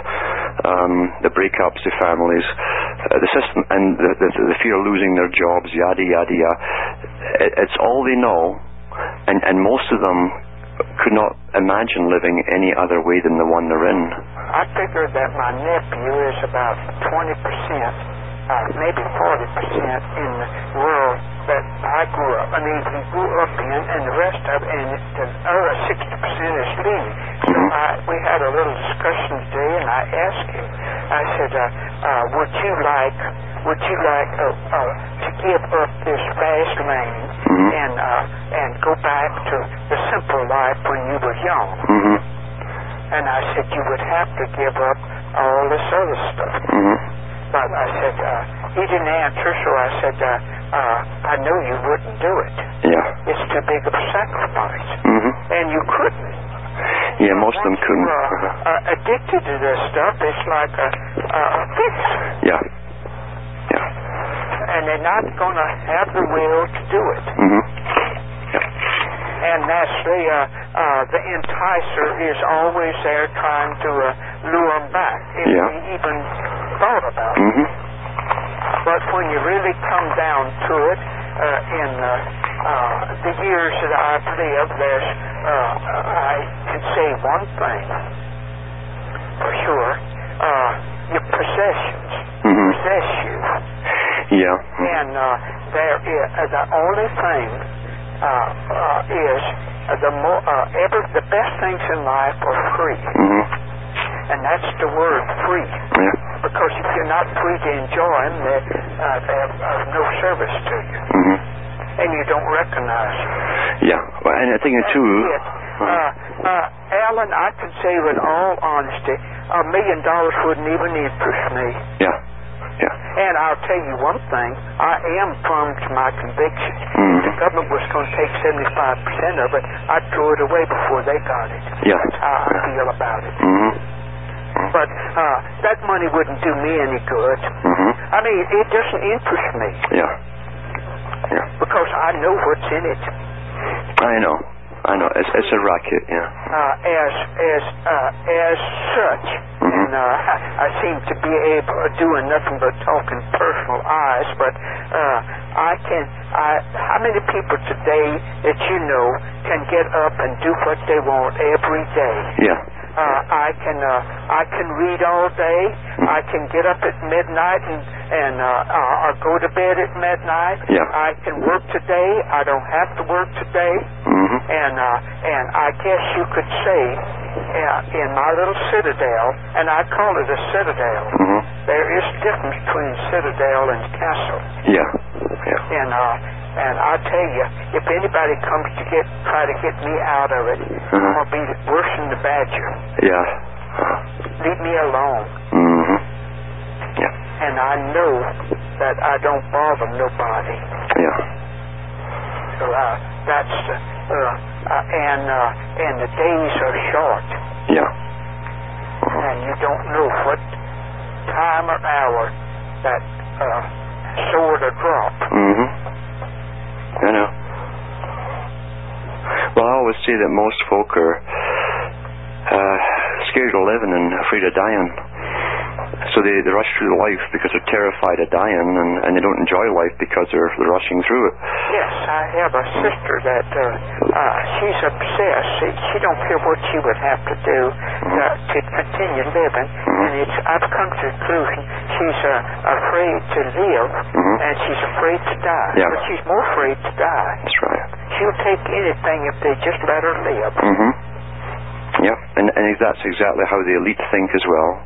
[SPEAKER 2] um, the breakups of families, uh, the system, and the, the, the fear of losing their jobs, yada yada yada. It, it's all they know, and and most of them could not imagine living any other way than the one they're in.
[SPEAKER 1] I figure that my nephew is about 20 percent, uh, maybe 40 percent in the world that I grew up. I mean, he grew up in, and the rest of, and the other 60 percent is leaving. So
[SPEAKER 2] Mhm.
[SPEAKER 1] I, we had a little discussion today, and I asked him. I said, uh, uh, "Would you like, would you like uh, uh, to give up this fast lane
[SPEAKER 2] Mhm.
[SPEAKER 1] and uh, and go back to the simple life when you were young?"
[SPEAKER 2] Mhm.
[SPEAKER 1] And I said, you would have to give up all this other stuff.
[SPEAKER 2] Mhm.
[SPEAKER 1] But I said, uh, he didn't answer, so I said, uh, uh, I know you wouldn't do it.
[SPEAKER 2] Yeah.
[SPEAKER 1] It's too big of a sacrifice.
[SPEAKER 2] Mhm.
[SPEAKER 1] And you couldn't.
[SPEAKER 2] Yeah. Most of them
[SPEAKER 1] Once you
[SPEAKER 2] couldn't.
[SPEAKER 1] are,
[SPEAKER 2] Uh-huh.
[SPEAKER 1] uh, addicted to this stuff, it's like a, a a fix.
[SPEAKER 2] Yeah. Yeah.
[SPEAKER 1] And they're not going to have the will to do it.
[SPEAKER 2] Mhm. Yeah.
[SPEAKER 1] And that's the, uh, uh, the enticer is always there trying to uh, lure them back. If
[SPEAKER 2] Yeah.
[SPEAKER 1] we even thought about it.
[SPEAKER 2] Mhm.
[SPEAKER 1] But when you really come down to it, uh, in uh, uh, the years that I've lived, there's, uh, I can say one thing for sure. Uh, your possessions
[SPEAKER 2] Mhm.
[SPEAKER 1] possess you.
[SPEAKER 2] Yeah.
[SPEAKER 1] And uh, there is, uh, the only thing uh, uh, is uh, the, more, uh, every, the best things in life are free.
[SPEAKER 2] Mhm.
[SPEAKER 1] And that's the word free.
[SPEAKER 2] Yeah.
[SPEAKER 1] Because if you're not free to enjoy them, they, uh, they have uh, no service to you.
[SPEAKER 2] Mhm.
[SPEAKER 1] And you don't recognize them.
[SPEAKER 2] Yeah. Well, and I think it too.
[SPEAKER 1] That's it. Uh, uh, Alan, I can say with all honesty, a million dollars wouldn't even interest me.
[SPEAKER 2] Yeah. Yeah.
[SPEAKER 1] And I'll tell you one thing, I am firm to my conviction.
[SPEAKER 2] Mhm.
[SPEAKER 1] The government was going to take 75% of it. I threw it away before they got it.
[SPEAKER 2] Yeah.
[SPEAKER 1] That's how I feel about it.
[SPEAKER 2] Mhm. Mm-hmm.
[SPEAKER 1] But uh, that money wouldn't do me any good.
[SPEAKER 2] Mhm.
[SPEAKER 1] I mean, it doesn't interest me
[SPEAKER 2] Yeah. Yeah.
[SPEAKER 1] because I know what's in it.
[SPEAKER 2] I know. I know. It's it's a racket. Yeah.
[SPEAKER 1] Uh, as as uh, as such, and uh, I seem to be able doing nothing but talking personal eyes. But uh, I can. I how many people today that you know can get up and do what they want every day?
[SPEAKER 2] Yeah.
[SPEAKER 1] Uh, I can uh, I can read all day. I can get up at midnight and and uh, uh, or go to bed at midnight.
[SPEAKER 2] Yeah.
[SPEAKER 1] I can work today. I don't have to work today.
[SPEAKER 2] Mhm.
[SPEAKER 1] And uh, and I guess you could say uh, in my little citadel, and I call it a citadel.
[SPEAKER 2] Mhm.
[SPEAKER 1] There is difference between citadel and castle.
[SPEAKER 2] Yeah. Yeah.
[SPEAKER 1] And uh, and I tell you, if anybody comes to get try to get me out of it, I'm gonna be worse than the badger.
[SPEAKER 2] Yeah.
[SPEAKER 1] Leave me alone.
[SPEAKER 2] Mhm. Yeah.
[SPEAKER 1] and I know that I don't bother nobody.
[SPEAKER 2] Yeah.
[SPEAKER 1] So uh, that's uh, uh, and uh, and the days are short,
[SPEAKER 2] Yeah.
[SPEAKER 1] and you don't know what time or hour that uh, sword or drop.
[SPEAKER 2] Mhm. I know. Well, I always see that most folk are uh, scared of living and afraid of dying. So they, they rush through life because they're terrified of dying, and, and they don't enjoy life because they're, they're rushing through it.
[SPEAKER 1] Yes, I have a sister that uh, uh, she's obsessed. She, she don't care what she would have to do to, to continue living, and it's I've come to the conclusion she's uh, afraid to live
[SPEAKER 2] Mm-hmm.
[SPEAKER 1] and she's afraid to die.
[SPEAKER 2] Yeah.
[SPEAKER 1] But she's more afraid to die.
[SPEAKER 2] That's right.
[SPEAKER 1] She'll take anything if they just let her live.
[SPEAKER 2] hmm Mm-hmm. Yep, and, and that's exactly how the elite think as well.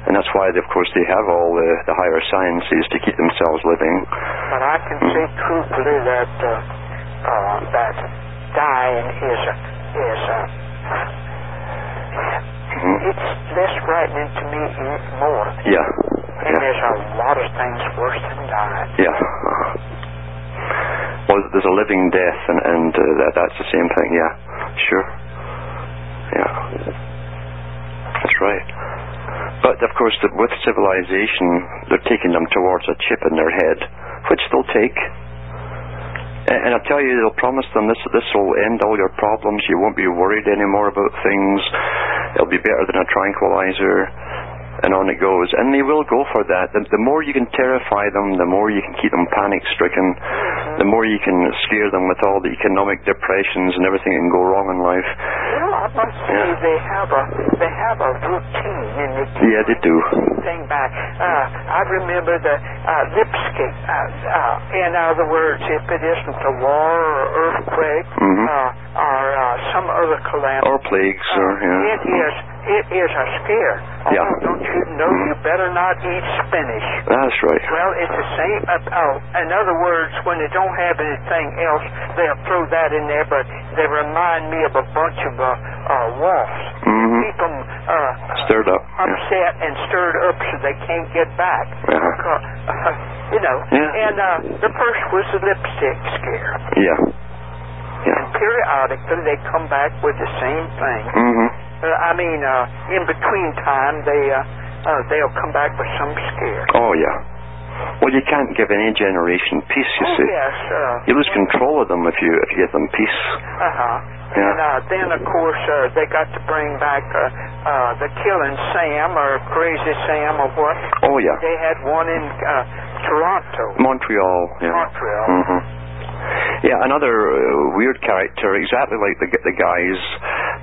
[SPEAKER 2] And that's why, they, of course, they have all the, the higher sciences to keep themselves living.
[SPEAKER 1] But I can say truthfully that uh, uh, that dying is a, is a, it's less frightening to me e- more.
[SPEAKER 2] Mm-hmm. Yeah.
[SPEAKER 1] And
[SPEAKER 2] Yeah.
[SPEAKER 1] there's a lot of things worse than dying.
[SPEAKER 2] Yeah. Well, there's a living death, and, and uh, that, that's the same thing, yeah. Sure. Yeah. That's right. But, of course, the, with civilization, they're taking them towards a chip in their head, which they'll take. And, and I tell you, they'll promise them this this will end all your problems. You won't be worried anymore about things. It'll be better than a tranquilizer. And on it goes. And they will go for that. The, the more you can terrify them, the more you can keep them panic stricken, the more you can scare them with all the economic depressions and everything that can go wrong in life.
[SPEAKER 1] Well, I must say
[SPEAKER 2] Yeah.
[SPEAKER 1] they have a they have a routine and they keep
[SPEAKER 2] Yeah, they do.
[SPEAKER 1] thing back. Uh, I remember the uh, Lipsky. Uh, uh, in other words, if it isn't a war or earthquake
[SPEAKER 2] Mhm.
[SPEAKER 1] uh, or uh, some other calamity,
[SPEAKER 2] Or plagues,
[SPEAKER 1] uh,
[SPEAKER 2] or, yeah.
[SPEAKER 1] it is it is a scare. Oh,
[SPEAKER 2] Yeah. Mm-hmm.
[SPEAKER 1] don't you know? You better not eat spinach.
[SPEAKER 2] That's right.
[SPEAKER 1] Well, it's the same. Uh, oh, in other words, when they don't have anything else, they'll throw that in there. But they remind me of a bunch of uh, uh, wasps.
[SPEAKER 2] Mhm.
[SPEAKER 1] Keep them uh,
[SPEAKER 2] Stirred up. Yeah.
[SPEAKER 1] upset and stirred up so they can't get back.
[SPEAKER 2] Uh-huh.
[SPEAKER 1] Because, uh, you know.
[SPEAKER 2] Yeah.
[SPEAKER 1] And uh, the first was the lipstick scare.
[SPEAKER 2] Yeah. Yeah.
[SPEAKER 1] And periodically they come back with the same thing.
[SPEAKER 2] Mm-hmm.
[SPEAKER 1] Uh, I mean, uh, in between time they uh, uh, they'll come back with some scare.
[SPEAKER 2] Oh, yeah. Well, you can't give any generation peace, you
[SPEAKER 1] Oh,
[SPEAKER 2] see.
[SPEAKER 1] yes. Uh,
[SPEAKER 2] You lose control of them if you if you give them peace.
[SPEAKER 1] Uh-huh. And uh, then, of course, uh, they got to bring back uh, uh, the Killing Sam or Crazy Sam or what.
[SPEAKER 2] Oh, yeah.
[SPEAKER 1] They had one in uh, Toronto.
[SPEAKER 2] Montreal. Yeah.
[SPEAKER 1] Montreal.
[SPEAKER 2] hmm Yeah, another uh, weird character, exactly like the the guys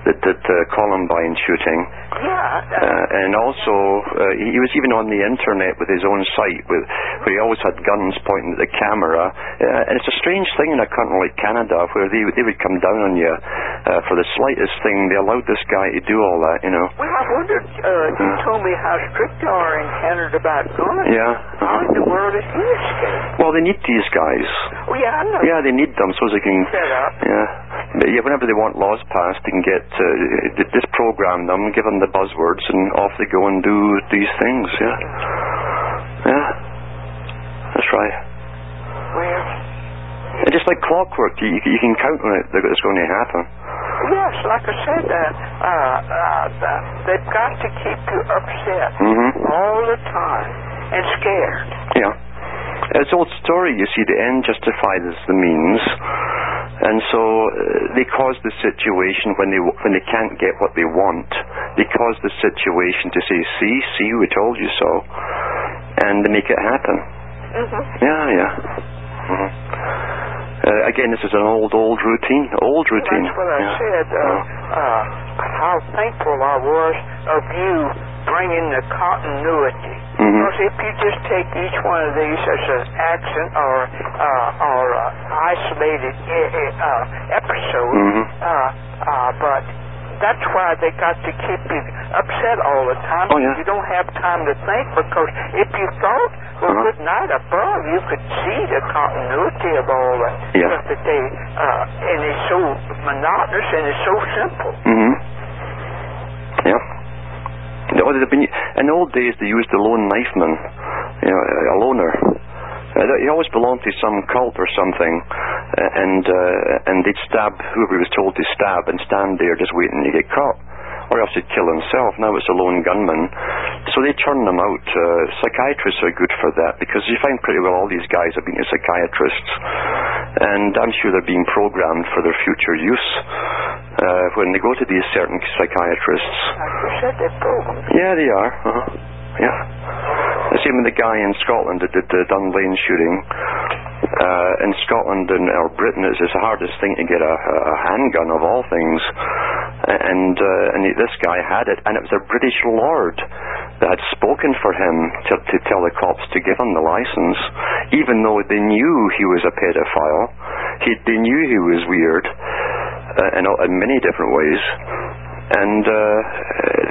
[SPEAKER 2] that did the Columbine shooting,
[SPEAKER 1] Yeah. Uh,
[SPEAKER 2] uh, and also uh, he he was even on the internet with his own site, with where he always had guns pointing at the camera. Uh, and it's a strange thing in a country like Canada where they they would come down on you uh, for the slightest thing. They allowed this guy to do all that, you know.
[SPEAKER 1] well, I wondered, uh, you told me how strict they are in Canada about guns.
[SPEAKER 2] Uh-huh. Yeah. Uh-huh.
[SPEAKER 1] How in the world is he escaped?
[SPEAKER 2] Well, they need these guys.
[SPEAKER 1] Oh, yeah, I know.
[SPEAKER 2] Yeah, they need them so they can
[SPEAKER 1] Set up.
[SPEAKER 2] Yeah. But, Yeah, whenever they want laws passed, they can get uh, d- just program them, give them the buzzwords, and off they go and do these things. Yeah, yeah, that's right.
[SPEAKER 1] Well,
[SPEAKER 2] And just like clockwork, you, you can count on it that it's going to happen.
[SPEAKER 1] yes, like I said, uh, uh, uh, they've got to keep you upset
[SPEAKER 2] hmm
[SPEAKER 1] all the time and scared.
[SPEAKER 2] Yeah, it's old story. You see, the end justifies the means, and so uh, they cause the situation when they when they can't get what they want. They cause the situation to say, "See, see, we told you so," and they make it happen.
[SPEAKER 1] Mm-hmm.
[SPEAKER 2] Yeah, yeah. Mhm. Uh, again, this is an old, old routine. Old routine.
[SPEAKER 1] That's what I
[SPEAKER 2] Yeah.
[SPEAKER 1] said. Uh, uh, how thankful I was of you bringing the continuity.
[SPEAKER 2] Mhm.
[SPEAKER 1] Because if you just take each one of these as an accident or uh, or uh, isolated i- i- uh, episode,
[SPEAKER 2] Mhm.
[SPEAKER 1] uh, uh, but that's why they got to keep you upset all the time.
[SPEAKER 2] Oh, yeah.
[SPEAKER 1] You don't have time to think because if you thought, well,
[SPEAKER 2] Uh-huh.
[SPEAKER 1] good night above, you could see the continuity of all the
[SPEAKER 2] Yeah.
[SPEAKER 1] stuff that they uh, and it's so monotonous and it's so simple.
[SPEAKER 2] hmm Mm-hmm. Yeah. The- oh, they've been- in the old days, they used the lone knife man, you know, a loner. Uh, that- he always belonged to some cult or something, uh, and uh, and they'd stab whoever he was told to stab and stand there just waiting to get caught, or else he'd kill himself. Now it's a lone gunman, so they turn them out. Uh, psychiatrists are good for that because you find pretty well all these guys have been to psychiatrists, and I'm sure they're being programmed for their future use uh, when they go to these certain psychiatrists.
[SPEAKER 1] Like you said, they're programmed.
[SPEAKER 2] Yeah, they are. Uh-huh. Yeah. The same with the guy in Scotland that did the Dunlane shooting. Uh, in Scotland and or Britain, it's, it's the hardest thing to get a, a handgun of all things. And uh, and this guy had it, and it was a British lord that had spoken for him to, to tell the cops to give him the license, even though they knew he was a pedophile. He, they knew he was weird uh, in, in many different ways. And uh,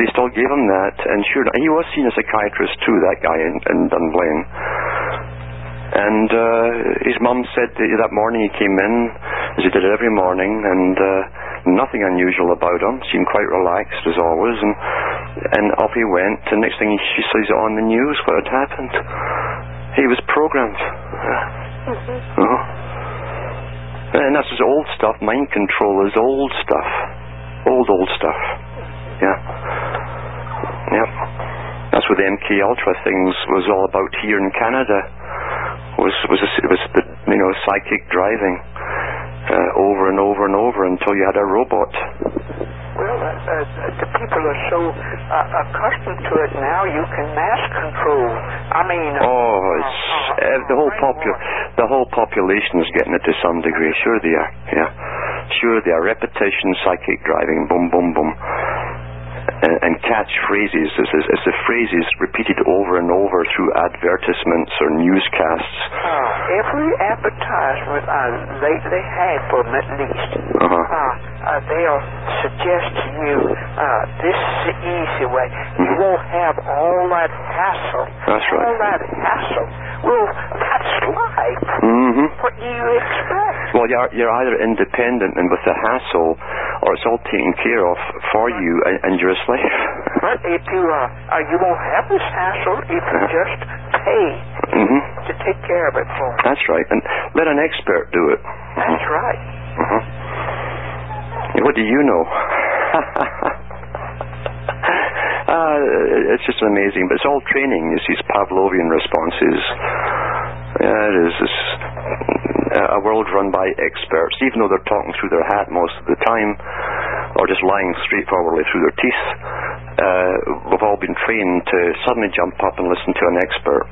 [SPEAKER 2] they still gave him that, and sure, he was seen as a psychiatrist too, that guy in, in Dunblane. And uh, his mum said that, that morning he came in, as he did every morning, and uh, nothing unusual about him, seemed quite relaxed as always, and and off he went. The next thing she sees it on the news what had happened. He was programmed.
[SPEAKER 3] Mhm.
[SPEAKER 2] Oh. Uh-huh. And that's his old stuff. Mind control is old stuff. Old, old stuff. Yeah. Yeah. That's what the MK Ultra things was all about here in Canada. Was was this, it was the you know psychic driving uh, over and over and over until you had a robot.
[SPEAKER 1] Well, uh, uh, the people are so uh, accustomed to it now. You can mass control. I mean, uh,
[SPEAKER 2] Oh, it's uh, the whole popu- the whole population is getting it to some degree. Sure they are. Yeah, sure they are. Repetition, psychic driving, boom, boom, boom, and, and catchphrases. It's, it's, it's the phrases repeated over and over through advertisements or newscasts.
[SPEAKER 1] uh, every advertisement uh, they they have for them at least.
[SPEAKER 2] Uh-huh.
[SPEAKER 1] Uh, uh, they'll suggest to you uh, this is the easy way. You
[SPEAKER 2] Mhm.
[SPEAKER 1] won't have all that hassle.
[SPEAKER 2] That's right.
[SPEAKER 1] All that hassle. Well, that's life.
[SPEAKER 2] Mm-hmm.
[SPEAKER 1] What do you expect?
[SPEAKER 2] Well, you're, you're either independent and with the hassle, or it's all taken care of for you, and, and you're a slave.
[SPEAKER 1] But if you uh, uh, you won't have this hassle if you
[SPEAKER 2] Uh-huh.
[SPEAKER 1] just pay
[SPEAKER 2] hmm
[SPEAKER 1] to take care of it for. 'em.
[SPEAKER 2] That's right. And let an expert do it.
[SPEAKER 1] That's right.
[SPEAKER 2] Mhm. What do you know? uh, it's just amazing, but it's all training. It's these Pavlovian responses. Yeah, it is. It's a world run by experts, even though they're talking through their hat most of the time, or just lying straightforwardly through their teeth. Uh, we've all been trained to suddenly jump up and listen to an expert.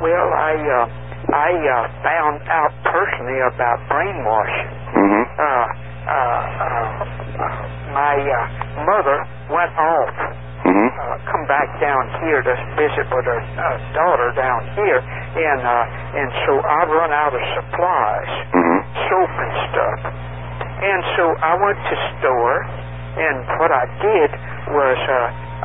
[SPEAKER 1] Well, I uh, I uh, found out personally about brainwashing.
[SPEAKER 2] hmm
[SPEAKER 1] Uh, uh, uh, my uh, mother went off,
[SPEAKER 2] hmm
[SPEAKER 1] uh, come back down here to visit with her uh, daughter down here, and uh, and so I run out of supplies.
[SPEAKER 2] hmm
[SPEAKER 1] soap and stuff. And so I went to store, and what I did was, uh,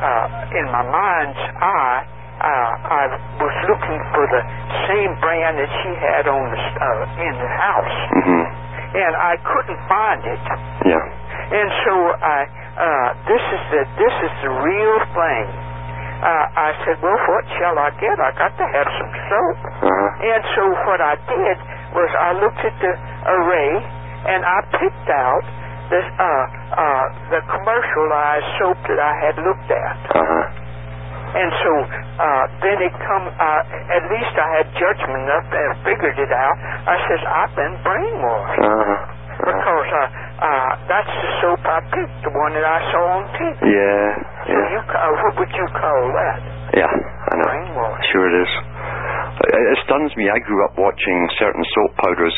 [SPEAKER 1] uh, in my mind's eye, uh, I was looking for the same brand that she had on the uh, in the house,
[SPEAKER 2] hmm
[SPEAKER 1] and I couldn't find it.
[SPEAKER 2] Yeah.
[SPEAKER 1] And so I, uh, this is the this is the real thing. Uh, I said, well, what shall I get? I got to have some soap.
[SPEAKER 2] Uh-huh.
[SPEAKER 1] And so what I did was I looked at the array and I picked out the uh, uh, the commercialized soap that I had looked at.
[SPEAKER 2] Uh-huh.
[SPEAKER 1] And so uh, then it come. Uh, at least I had judgment enough and figured it out. I says I've been brainwashed
[SPEAKER 2] Uh-huh. Uh-huh.
[SPEAKER 1] because uh, uh, that's the soap I picked, the one that I saw on TV.
[SPEAKER 2] Yeah,
[SPEAKER 1] So
[SPEAKER 2] yeah,
[SPEAKER 1] you, ca- uh, what would you call that?
[SPEAKER 2] yeah. I know.
[SPEAKER 1] Brainwash.
[SPEAKER 2] Sure it is. It it stuns me. I grew up watching certain soap powders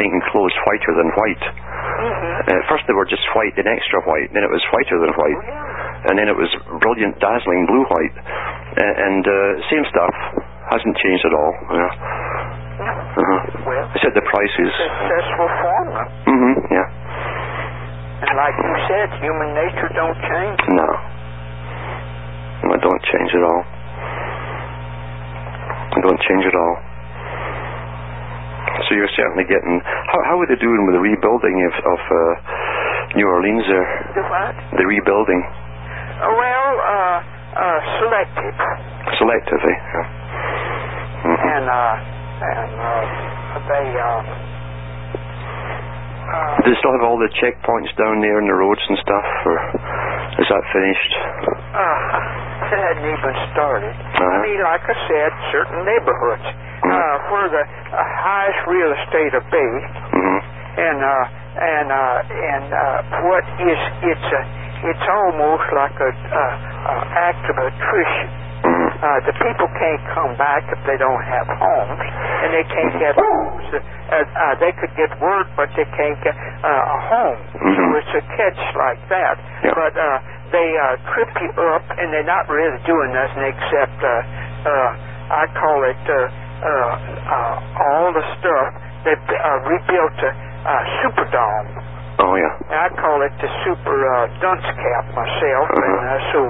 [SPEAKER 2] making clothes whiter than white.
[SPEAKER 1] Mm-hmm.
[SPEAKER 2] Uh, at first they were just white, then extra white, then it was whiter than white, and then it was brilliant, dazzling blue white. Uh, and uh, same stuff hasn't changed at all. Yeah. Uh-huh.
[SPEAKER 1] Well,
[SPEAKER 2] Except the prices.
[SPEAKER 1] successful formula.
[SPEAKER 2] Mm-hmm. Yeah.
[SPEAKER 1] And like you said, human nature don't change.
[SPEAKER 2] No. No, I don't change at all. I don't change at all. So you're certainly getting. How, how are they doing with the rebuilding of, of uh, New Orleans there?
[SPEAKER 1] The what?
[SPEAKER 2] The rebuilding.
[SPEAKER 1] Uh, well, uh, uh, selective.
[SPEAKER 2] Selective, eh? Yeah. Mhm.
[SPEAKER 1] And, uh, and, uh, they, uh, uh,
[SPEAKER 2] Do they still have all the checkpoints down there and the roads and stuff, or is that finished?
[SPEAKER 1] uh, they hadn't even started. I
[SPEAKER 2] Uh-huh.
[SPEAKER 1] mean, like I said, certain neighborhoods, uh, where the uh, highest real estate are based,
[SPEAKER 2] hmm
[SPEAKER 1] and, uh, and, uh, and, uh, what is, eh, it's a, it's almost like a, uh, uh, act of eh, attrition.
[SPEAKER 2] hmm
[SPEAKER 1] Uh, the people can't come back if they don't have homes, and they can't get homes. Uh, uh, they could get work, but they can't get uh, a home. So
[SPEAKER 2] Mhm.
[SPEAKER 1] it's a catch like that.
[SPEAKER 2] Yeah.
[SPEAKER 1] But uh, they uh, trip you up, and they're not really doing nothing except uh, uh, I call it uh, uh, uh, all the stuff. They uh, rebuilt a uh, superdome.
[SPEAKER 2] Oh yeah.
[SPEAKER 1] I call it the super uh, dunce cap myself, and uh, so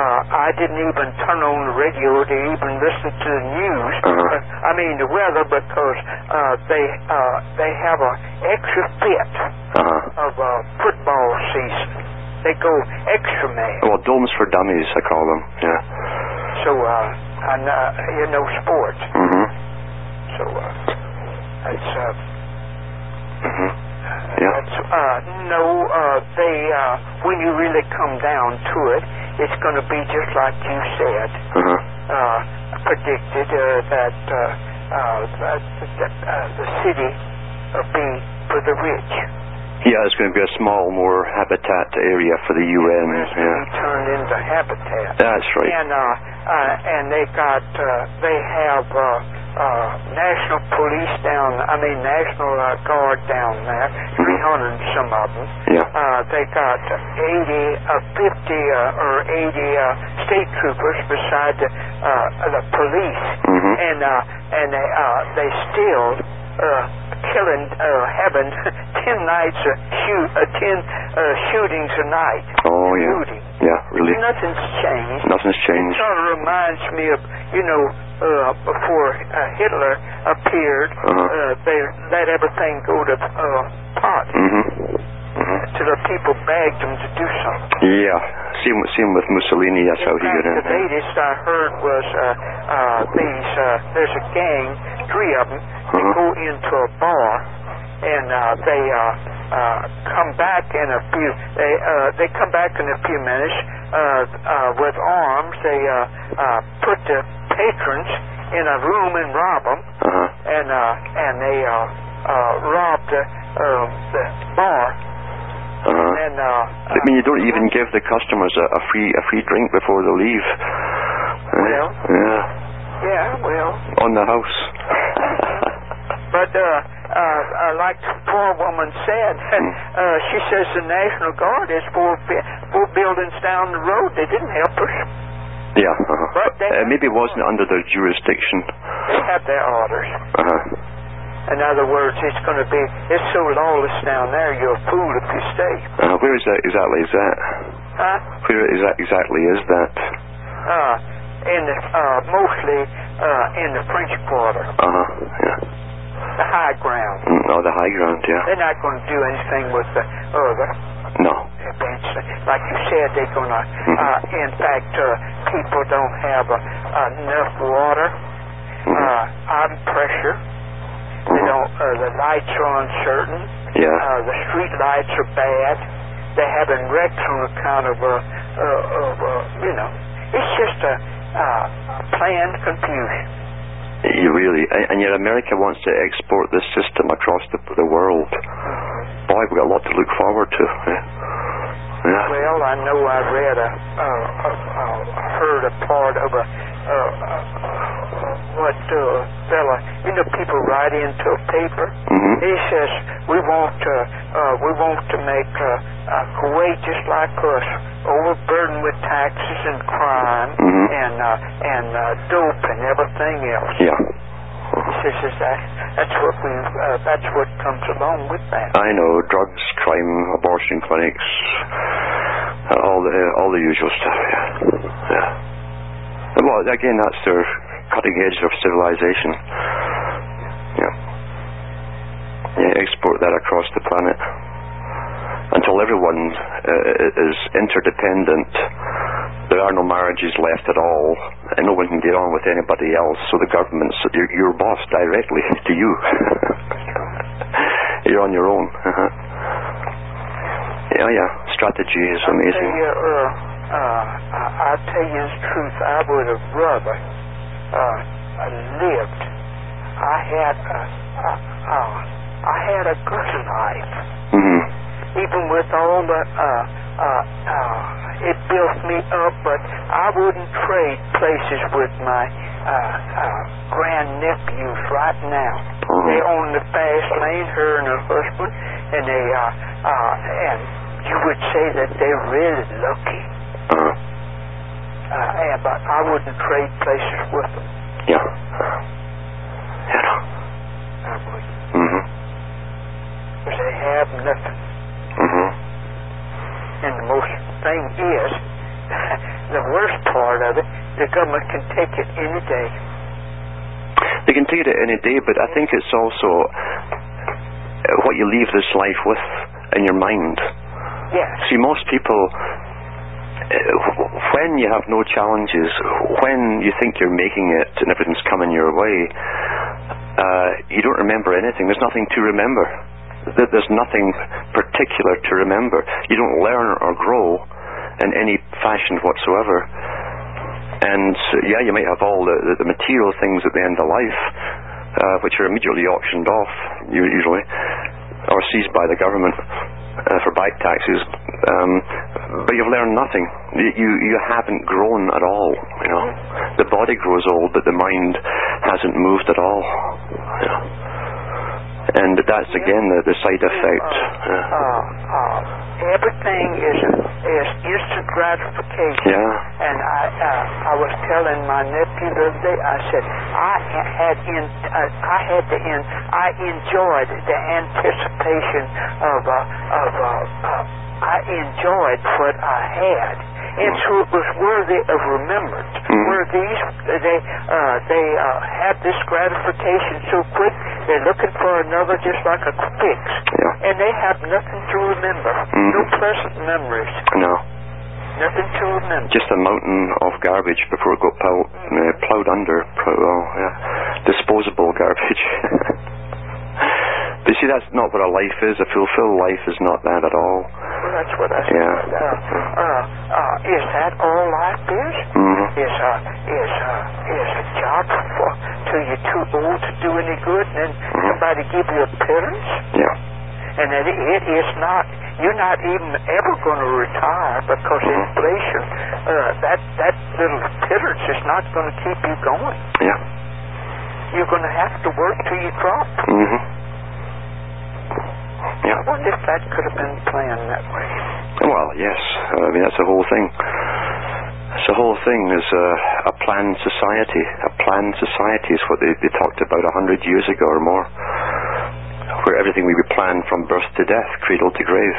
[SPEAKER 1] uh, I didn't even turn on the radio to even listen to the news.
[SPEAKER 2] Uh-huh.
[SPEAKER 1] Uh, I mean the weather because uh, they uh, they have a extra fit
[SPEAKER 2] Uh-huh.
[SPEAKER 1] of uh, football season. They go extra mad.
[SPEAKER 2] Well, domes for dummies, I call them. Yeah.
[SPEAKER 1] So uh, and uh, you know sports.
[SPEAKER 2] Mhm.
[SPEAKER 1] So uh, it's. Uh,
[SPEAKER 2] Mhm. Yeah.
[SPEAKER 1] That's, uh, no, uh, they, uh, when you really come down to it, it's going to be just like you said,
[SPEAKER 2] Uh-huh.
[SPEAKER 1] uh, predicted, uh, that, uh, uh, that, that uh, the city will be for the rich.
[SPEAKER 2] Mm, Yeah, it's going to be a small, more habitat area for the UN.
[SPEAKER 1] It's going to
[SPEAKER 2] Yeah.
[SPEAKER 1] be turned into habitat.
[SPEAKER 2] That's right.
[SPEAKER 1] And, uh, uh, and they got, uh, they have, uh, uh, national police down, I mean, national uh, guard down there,
[SPEAKER 2] Mm-hmm.
[SPEAKER 1] 300 and some of them.
[SPEAKER 2] Yeah.
[SPEAKER 1] Uh, they got 80, uh, 50 uh, or 80 uh, state troopers beside the, uh, the police,
[SPEAKER 2] Mhm.
[SPEAKER 1] and uh, and they uh, they still uh, killing, uh, having ten nights uh, shoot, uh, ten uh, shootings a night.
[SPEAKER 2] Oh yeah.
[SPEAKER 1] Shooting.
[SPEAKER 2] Yeah. Really.
[SPEAKER 1] Nothing's changed.
[SPEAKER 2] Nothing's
[SPEAKER 1] It
[SPEAKER 2] changed.
[SPEAKER 1] sort of reminds me of you know uh, before uh, Hitler appeared,
[SPEAKER 2] Uh-huh.
[SPEAKER 1] uh, they let everything go to uh, pot
[SPEAKER 2] Mhm. Mhm.
[SPEAKER 1] to the people begged them to do something.
[SPEAKER 2] Yeah. Same. with- Same with Mussolini. That's how
[SPEAKER 1] In
[SPEAKER 2] he got
[SPEAKER 1] fact,
[SPEAKER 2] in.
[SPEAKER 1] the latest I heard was uh, uh, these, uh, there's a gang, three of them, they
[SPEAKER 2] Uh-huh.
[SPEAKER 1] go into a bar and uh, they uh, uh, come back in a few, they, uh, they come back in a few minutes uh, uh, with arms. They uh, uh, put the patrons in a room and rob them
[SPEAKER 2] Uh huh.
[SPEAKER 1] and uh, and they uh, uh, robbed the, uh, the bar
[SPEAKER 2] Uh huh.
[SPEAKER 1] and uh,
[SPEAKER 2] I mean, you don't even give the customers a, a free a free drink before they leave. Eh?
[SPEAKER 1] Well.
[SPEAKER 2] Yeah.
[SPEAKER 1] yeah, well.
[SPEAKER 2] On the house.
[SPEAKER 1] But uh, uh, uh, like the poor woman said, uh, she says the National Guard is four, bu- four buildings down the road. They didn't help us.
[SPEAKER 2] yeah. Uh-huh.
[SPEAKER 1] But they-
[SPEAKER 2] Uh, maybe it wasn't under their jurisdiction.
[SPEAKER 1] They have their orders.
[SPEAKER 2] Uh huh.
[SPEAKER 1] In other words, it's going to be it's so lawless down there. You're a fool if you stay.
[SPEAKER 2] Uh, where is that exactly? Is that
[SPEAKER 1] Huh?
[SPEAKER 2] where is that exactly? Is that?
[SPEAKER 1] Uh, in the, uh, mostly uh, in the French Quarter,
[SPEAKER 2] Uh huh. Yeah.
[SPEAKER 1] the high ground.
[SPEAKER 2] Mm, Oh, the high ground. Yeah.
[SPEAKER 1] They're not going to do anything with the other.
[SPEAKER 2] No.
[SPEAKER 1] events. Like you said, they're going to, uh, in fact, uh, people don't have uh, enough water,
[SPEAKER 2] Mm-hmm.
[SPEAKER 1] uh, on pressure. They don't, uh, the lights are uncertain.
[SPEAKER 2] Yeah.
[SPEAKER 1] Uh, the street lights are bad. They're having wrecks on account of, uh, uh, of uh, you know, it's just a uh, planned confusion.
[SPEAKER 2] You really, and and yet America wants to export this system across the, the world. Boy, we've got a lot to look forward to. Yeah. Yeah.
[SPEAKER 1] Well, I know I read a, uh, uh, uh, heard a part of a, uh, uh, what uh, fella, you know, people write into a paper.
[SPEAKER 2] Mhm.
[SPEAKER 1] He says, we want, uh, uh, we want to make uh, uh, Kuwait just like us, overburdened with taxes and crime
[SPEAKER 2] Mhm.
[SPEAKER 1] and, uh, and uh, dope and everything else.
[SPEAKER 2] Yeah.
[SPEAKER 1] He says, is that, that's what we, uh, that's what comes along with that.
[SPEAKER 2] I know drugs, crime, abortion clinics, uh, all the all the usual stuff. Yeah. Yeah. And Well, again, that's their cutting edge of civilization. Yeah. Yeah. Export that across the planet until everyone uh, is interdependent. There are no marriages left at all, and no one can get on with anybody else. So the government's your, your boss directly to you. You're on your own. Uh-huh. Yeah, yeah. Strategy is amazing.
[SPEAKER 1] I'll tell you, uh, uh, I- I'll tell you the truth. I would have rather uh, uh, lived. I had a, a, a, I had a good life,
[SPEAKER 2] Mm-hmm.
[SPEAKER 1] even with all the uh, uh, uh, it built me up, but I wouldn't trade places with my uh, uh, grandnephews right now. They
[SPEAKER 2] Mm-hmm.
[SPEAKER 1] own the fast lane, her and her husband, and they uh, uh, and you would say that they're really lucky.
[SPEAKER 2] Uh,
[SPEAKER 1] Uh, and, but I wouldn't trade places with them.
[SPEAKER 2] yeah. You know.
[SPEAKER 1] I wouldn't,
[SPEAKER 2] Mhm.
[SPEAKER 1] 'cause they have nothing.
[SPEAKER 2] Mhm.
[SPEAKER 1] And the most thing is, the worst part of it, the government can take it any day.
[SPEAKER 2] They can take it at any day, but I think it's also uh, what you leave this life with in your mind.
[SPEAKER 1] Yes.
[SPEAKER 2] See, most people, uh, wh- when you have no challenges, when you think you're making it and everything's coming your way, uh, you don't remember anything. There's nothing to remember. Th- There's nothing particular to remember. You don't learn or grow in any fashion whatsoever. And uh, yeah, you might have all the, the, the material things at the end of life, uh, which are immediately auctioned off, u- usually, or seized by the government uh, for back taxes. Um, but you've learned nothing. You, you you haven't grown at all. You know, the body grows old, but the mind hasn't moved at all. You know? And that's again the, the side effect.
[SPEAKER 1] Uh, uh, everything is is instant gratification.
[SPEAKER 2] Yeah.
[SPEAKER 1] And I uh, I was telling my nephew the other day. I said I ha- had in uh, I had the in I enjoyed the anticipation of uh, of uh, uh, I enjoyed what I had, and so it was worthy of remembrance.
[SPEAKER 2] Mhm.
[SPEAKER 1] Where these they uh, they uh, have this gratification so quick, they're looking for another just like a fix,
[SPEAKER 2] Yeah.
[SPEAKER 1] and they have nothing to remember,
[SPEAKER 2] Mhm.
[SPEAKER 1] no pleasant memories,
[SPEAKER 2] No.
[SPEAKER 1] nothing to remember.
[SPEAKER 2] just a mountain of garbage before it got plow, uh, plowed under. Plow, oh, yeah. Disposable garbage. but see, that's not what a life is. A fulfilled life is not that at all.
[SPEAKER 1] Well, that's what I said.
[SPEAKER 2] Yeah.
[SPEAKER 1] Uh, uh, uh, is that all life is?
[SPEAKER 2] Mhm.
[SPEAKER 1] Is a is a is a job for till you're too old to do any good, and then
[SPEAKER 2] Mm-hmm.
[SPEAKER 1] somebody give you a pittance?
[SPEAKER 2] Yeah.
[SPEAKER 1] And that it, it is not, you're not even ever going to retire because
[SPEAKER 2] Mm-hmm.
[SPEAKER 1] inflation, uh, that, that little pittance is not going to keep you going.
[SPEAKER 2] Yeah.
[SPEAKER 1] You're going to have to work till you drop.
[SPEAKER 2] Mhm. Mm-hmm. Yeah.
[SPEAKER 1] I wonder if that could have been planned that way.
[SPEAKER 2] Well, yes. I mean, that's the whole thing. It's the whole thing is uh, a planned society. A planned society is what they, they talked about a hundred years ago or more, where everything would be planned from birth to death, cradle to grave.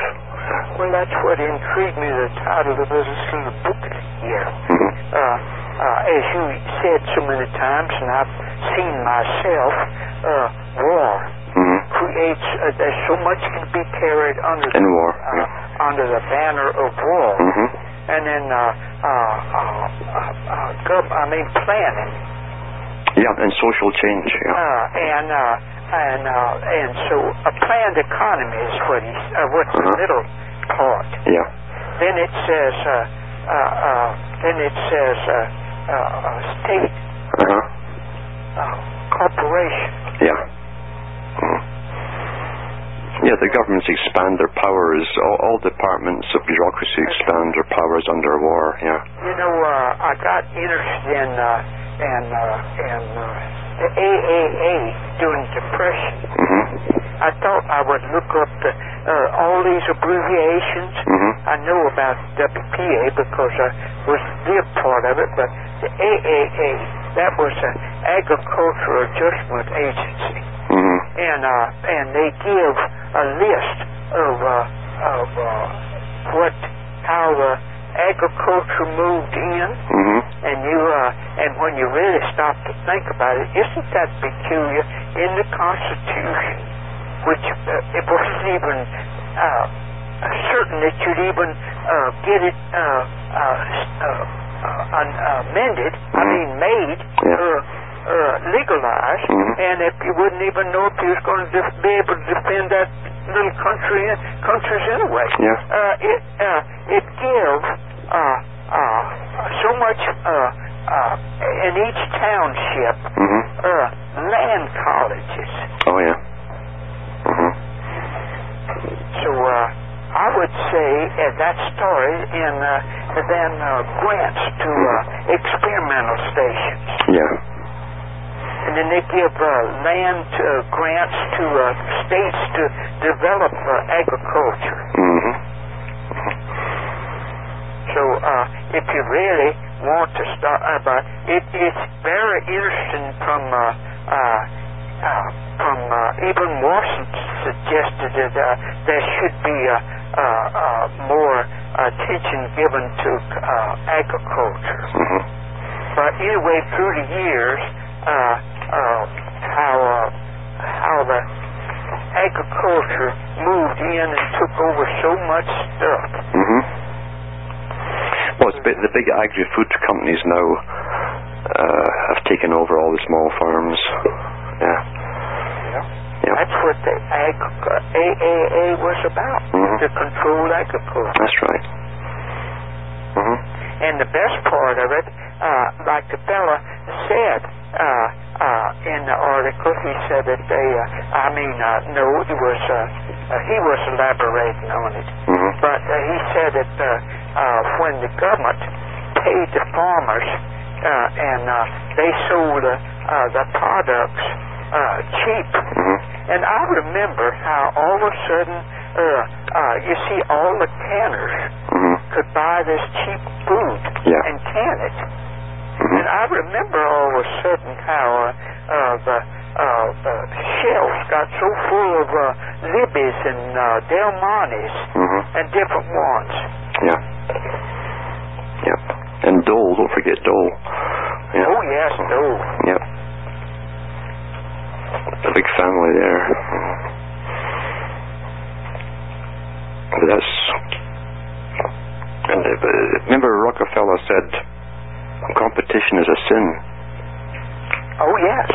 [SPEAKER 1] Well, that's what intrigued me, the title of this little book here.
[SPEAKER 2] Mhm.
[SPEAKER 1] uh, uh, as you said so many times, and I've seen myself, uh, war
[SPEAKER 2] Mhm.
[SPEAKER 1] creates. Uh, there's so much can be carried under
[SPEAKER 2] In war,
[SPEAKER 1] uh,
[SPEAKER 2] yeah.
[SPEAKER 1] under the banner of war,
[SPEAKER 2] Mhm.
[SPEAKER 1] and then uh, uh, uh, uh, uh, gov- I mean planning,
[SPEAKER 2] Yeah, and social change. Yeah.
[SPEAKER 1] uh, and uh, and uh, and so a planned economy is what he's uh, what's the
[SPEAKER 2] Uh-huh.
[SPEAKER 1] middle part.
[SPEAKER 2] Yeah.
[SPEAKER 1] Then it says. Uh, uh, uh, then it says uh, uh, uh, state
[SPEAKER 2] Uh huh.
[SPEAKER 1] uh, corporation.
[SPEAKER 2] Yeah. Mhm. Yeah, the governments expand their powers. All, all departments of bureaucracy expand their powers under war. Yeah.
[SPEAKER 1] You know, uh, I got interested in uh, in, uh, in uh, the AAA during depression.
[SPEAKER 2] Mhm.
[SPEAKER 1] I thought I would look up the, uh, all these abbreviations.
[SPEAKER 2] Mhm.
[SPEAKER 1] I know about WPA because I was a part of it, but the AAA that was an agricultural adjustment agency.
[SPEAKER 2] Mhm.
[SPEAKER 1] and uh, and they give a list of uh, of uh, what how the agriculture moved in,
[SPEAKER 2] Mhm.
[SPEAKER 1] and you uh, and when you really stop to think about it, isn't that peculiar in the Constitution, which uh, it wasn't even uh, certain that you'd even uh, get it uh, uh, uh, uh, amended, I
[SPEAKER 2] Mhm.
[SPEAKER 1] mean made
[SPEAKER 2] Yeah.
[SPEAKER 1] uh, uh, legalized,
[SPEAKER 2] Mhm.
[SPEAKER 1] and if you wouldn't even know if you was going to def- be able to defend that little country countries anyway.
[SPEAKER 2] Yeah.
[SPEAKER 1] Uh, it uh, it gives uh, uh, so much uh, uh, in each township
[SPEAKER 2] Mhm.
[SPEAKER 1] uh, land colleges.
[SPEAKER 2] Oh yeah. Mhm.
[SPEAKER 1] So uh, I would say uh, that started in uh, to then uh, grants to uh, experimental stations.
[SPEAKER 2] Yeah.
[SPEAKER 1] And then they give uh, land uh, grants to uh, states to develop uh, agriculture.
[SPEAKER 2] Mm-hmm.
[SPEAKER 1] So uh, if you really want to start, uh, but it, it's very interesting from uh, uh, uh, from uh, even Morrison suggested that uh, there should be uh, uh, uh, more attention given to uh, agriculture.
[SPEAKER 2] Mm-hmm.
[SPEAKER 1] But anyway, through the years, uh, uh, how uh, how the agriculture moved in and took over so much stuff.
[SPEAKER 2] Mm-hmm. Well, it's bi- the big agri-food companies now uh, have taken over all the small farms. Yeah. Yeah.
[SPEAKER 1] That's what the ag- uh, AAA was about,
[SPEAKER 2] Mhm.
[SPEAKER 1] to control agriculture.
[SPEAKER 2] That's right. Mm-hmm.
[SPEAKER 1] And the best part of it, uh, like the fella said uh, uh, in the article, he said that they, uh, I mean, uh, no, it was, uh, uh, he was elaborating on it.
[SPEAKER 2] Mm-hmm.
[SPEAKER 1] But uh, he said that uh, uh, when the government paid the farmers uh, and uh, they sold uh, uh, the products uh, cheap,
[SPEAKER 2] Mm-hmm.
[SPEAKER 1] and I remember how all of a sudden, uh, uh, you see, all the canners
[SPEAKER 2] Mm-hmm.
[SPEAKER 1] could buy this cheap food
[SPEAKER 2] Yeah.
[SPEAKER 1] and can it.
[SPEAKER 2] Mm-hmm.
[SPEAKER 1] And I remember all of a sudden how uh, uh, the uh, the shelves got so full of uh, Libby's and uh, Del Monte's
[SPEAKER 2] Mm-hmm.
[SPEAKER 1] and different ones.
[SPEAKER 2] Yeah. Yep. And Dole, don't forget Dole. Yeah.
[SPEAKER 1] Oh yes, those.
[SPEAKER 2] Yep. A big family there. But that's. And, uh, but remember, Rockefeller said competition is a sin.
[SPEAKER 1] Oh yes.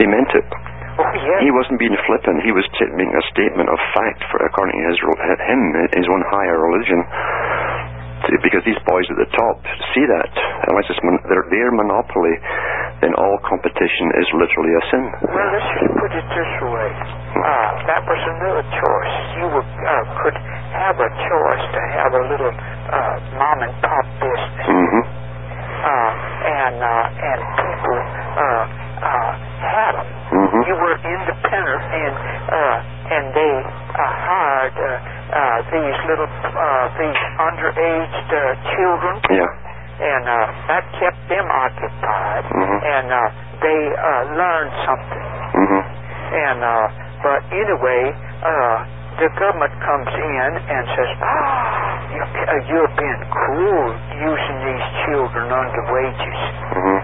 [SPEAKER 2] They meant it.
[SPEAKER 1] Oh yes.
[SPEAKER 2] He wasn't being flippant. He was t- making a statement of fact, for according to his ro- him, his own higher religion. See, Because these boys at the top see that, unless it's mon- their, their monopoly, then all competition is literally a sin.
[SPEAKER 1] Well, let's just put it this way. Uh, that was another choice. You were, uh, could have a choice to have a little uh, mom and pop business.
[SPEAKER 2] Mm-hmm.
[SPEAKER 1] uh, and uh, and people uh, uh, had them.
[SPEAKER 2] Mhm.
[SPEAKER 1] You were independent, and uh, and they uh, hired uh, uh, these little uh, these underaged uh, children,
[SPEAKER 2] Yeah.
[SPEAKER 1] and uh, that kept them occupied,
[SPEAKER 2] Mhm.
[SPEAKER 1] and uh, they uh, learned something.
[SPEAKER 2] Mm-hmm.
[SPEAKER 1] And uh, but anyway, uh, the government comes in and says, "Ah, you, uh, you're being cruel using these children under wages."
[SPEAKER 2] Mm-hmm.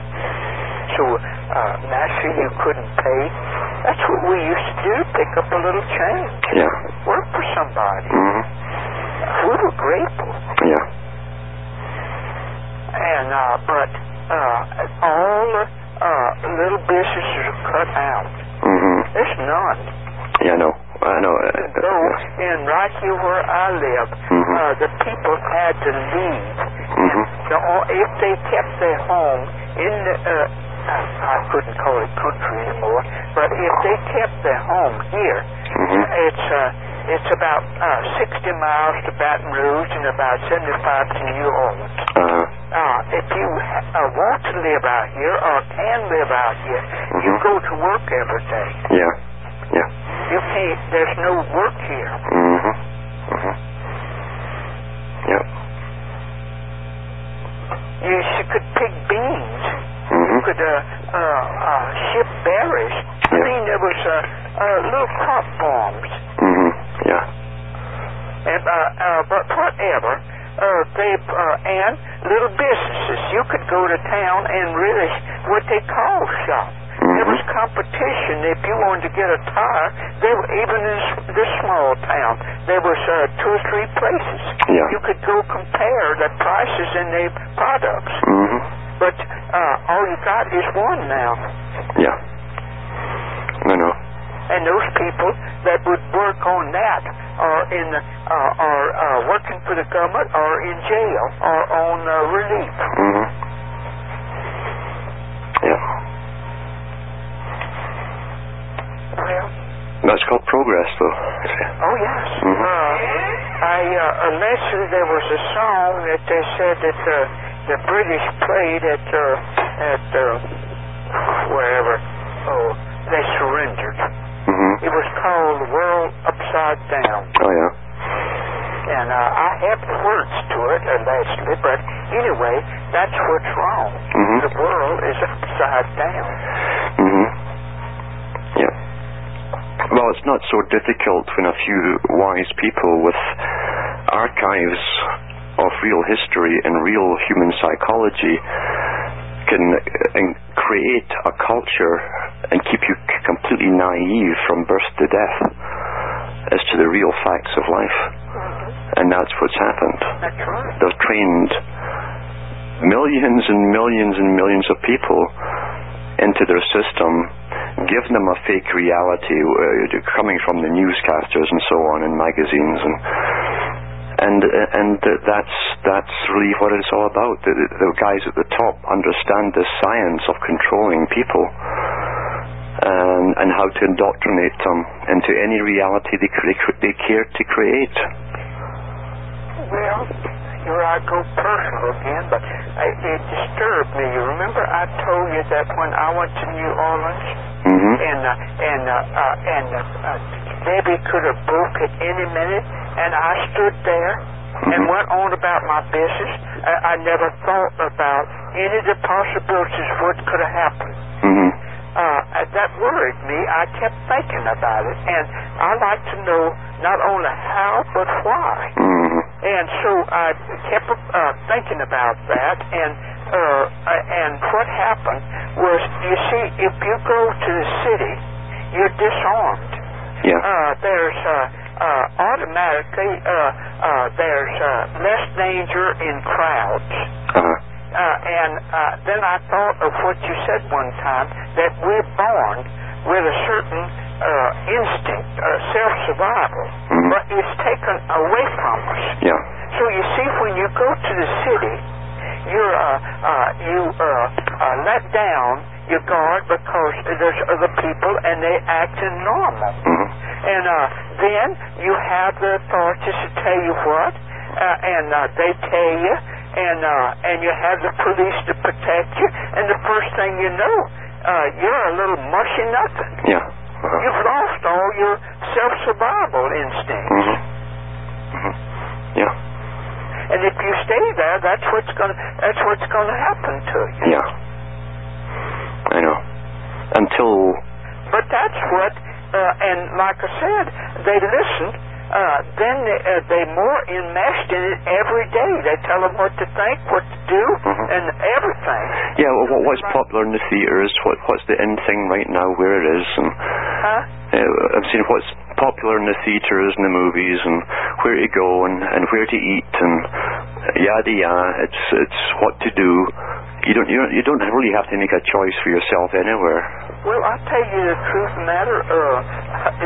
[SPEAKER 1] So uh, naturally, you couldn't pay. That's what we used to do: pick up a little change,
[SPEAKER 2] Yeah.
[SPEAKER 1] work for somebody.
[SPEAKER 2] Mm-hmm.
[SPEAKER 1] We were grateful,
[SPEAKER 2] Yeah.
[SPEAKER 1] and uh, but uh, all the uh, little businesses are cut out.
[SPEAKER 2] Mm-hmm.
[SPEAKER 1] There's none.
[SPEAKER 2] Yeah, I know. I know. Uh,
[SPEAKER 1] So,
[SPEAKER 2] yeah.
[SPEAKER 1] and right here where I live,
[SPEAKER 2] Mhm.
[SPEAKER 1] uh, the people had to leave.
[SPEAKER 2] Mhm.
[SPEAKER 1] And the, o- if they kept their home in the, uh, I couldn't call it country anymore, but if they kept their home here,
[SPEAKER 2] Mhm.
[SPEAKER 1] it's uh, it's about uh, 60 miles to Baton Rouge and about 75 to New Orleans.
[SPEAKER 2] Uh,
[SPEAKER 1] Uh, if you uh, want to live out here or can live out here, you
[SPEAKER 2] Mhm.
[SPEAKER 1] go to work every day.
[SPEAKER 2] yeah. Yeah.
[SPEAKER 1] You can't. There's no work here.
[SPEAKER 2] Mm-hmm. Mm-hmm. Yep.
[SPEAKER 1] You, you could pick beans. You
[SPEAKER 2] Mm-hmm.
[SPEAKER 1] could uh, uh, uh, ship berries. I
[SPEAKER 2] Yeah.
[SPEAKER 1] mean, there was uh, uh, little crop farms.
[SPEAKER 2] Mm-hmm. Yeah.
[SPEAKER 1] And, uh, uh, but whatever, uh, they uh, and little businesses. You could go to town and really what they call shop. There was
[SPEAKER 2] Mm-hmm.
[SPEAKER 1] competition. If you wanted to get a tire, they were even in s- this small town. There was uh, two or three places
[SPEAKER 2] Yeah.
[SPEAKER 1] you could go compare the prices and the products.
[SPEAKER 2] Mm-hmm.
[SPEAKER 1] But uh, all you got is one now.
[SPEAKER 2] Yeah. I know.
[SPEAKER 1] And those people that would work on that are in the, uh, are uh, working for the government or in jail or on uh, relief.
[SPEAKER 2] Mm-hmm. Yeah.
[SPEAKER 1] Well,
[SPEAKER 2] That's called progress, though. you see.
[SPEAKER 1] oh yes.
[SPEAKER 2] Mhm.
[SPEAKER 1] Uh, I uh, allegedly there was a song that they said that the the British played at uh, at uh, wherever. Oh, they surrendered.
[SPEAKER 2] Mm-hmm.
[SPEAKER 1] It was called "World Upside Down,"
[SPEAKER 2] Oh yeah.
[SPEAKER 1] and uh, I have the words to it allegedly, but anyway, that's what's wrong.
[SPEAKER 2] Mhm.
[SPEAKER 1] The world is upside down.
[SPEAKER 2] hmm Yeah. Well, it's not so difficult when a few wise people with archives of real history and real human psychology can uh, and create a culture and keep you c- completely naive from birth to death as to the real facts of life. And that's what's happened
[SPEAKER 1] That's right.
[SPEAKER 2] they've trained millions and millions and millions of people into their system, give them a fake reality uh, coming from the newscasters and so on and magazines and and uh, and that's that's really what it's all about. The, the guys at the top understand the science of controlling people and and how to indoctrinate them into any reality they, cre- they, cre- they care to create.
[SPEAKER 1] Well, here I go personal again, but I, it disturbed me. You remember I told you that when I went to New Orleans,
[SPEAKER 2] hmm
[SPEAKER 1] and uh, and uh, uh, and uh, uh, Debbie could have broke at any minute, and I stood there and
[SPEAKER 2] Mhm.
[SPEAKER 1] went on about my business. I, I never thought about any of the possibilities what could have happened.
[SPEAKER 2] hmm
[SPEAKER 1] Uh, and that worried me. I kept thinking about it, and I like to know not only how but why.
[SPEAKER 2] hmm
[SPEAKER 1] And so I kept uh, thinking about that, and uh, uh, and what happened was, you see, if you go to the city, you're disarmed.
[SPEAKER 2] Yeah.
[SPEAKER 1] Uh, there's uh, uh, automatically uh, uh, there's uh, less danger in crowds.
[SPEAKER 2] Uh-huh.
[SPEAKER 1] Uh, and uh, then I thought of what you said one time that we're born with a certain uh, instinct, uh, self-survival,
[SPEAKER 2] Mhm.
[SPEAKER 1] but it's taken away from us.
[SPEAKER 2] Yeah.
[SPEAKER 1] So you see, when you go to the city, you're uh, uh, you uh, uh, let down your guard because there's other people and they acting normal.
[SPEAKER 2] hmm
[SPEAKER 1] And uh, then you have the authorities to tell you what, uh, and uh, they tell you, and uh, and you have the police to protect you. And the first thing you know, uh, you're a little mushy nothing.
[SPEAKER 2] Yeah. Uh-huh.
[SPEAKER 1] You've lost all your self-survival instincts.
[SPEAKER 2] hmm hmm Yeah.
[SPEAKER 1] And if you stay there, that's what's going to that's what's going to happen to you.
[SPEAKER 2] Yeah. I know. Until.
[SPEAKER 1] But that's what, uh, and like I said, they listen. Uh, then they, uh, they more enmeshed in it every day. They tell them what to think, what to do,
[SPEAKER 2] Mhm.
[SPEAKER 1] and everything.
[SPEAKER 2] Yeah. Well, what, what's popular in the theater is what what's the in thing right now, where it is, and
[SPEAKER 1] Huh?
[SPEAKER 2] uh, I'm seeing what's popular in the theaters and the movies, and where to go, and and where to eat, and uh, yada yada. It's it's what to do. You don't you don't you don't really have to make a choice for yourself anywhere.
[SPEAKER 1] Well, I tell you the truth of the matter. Uh,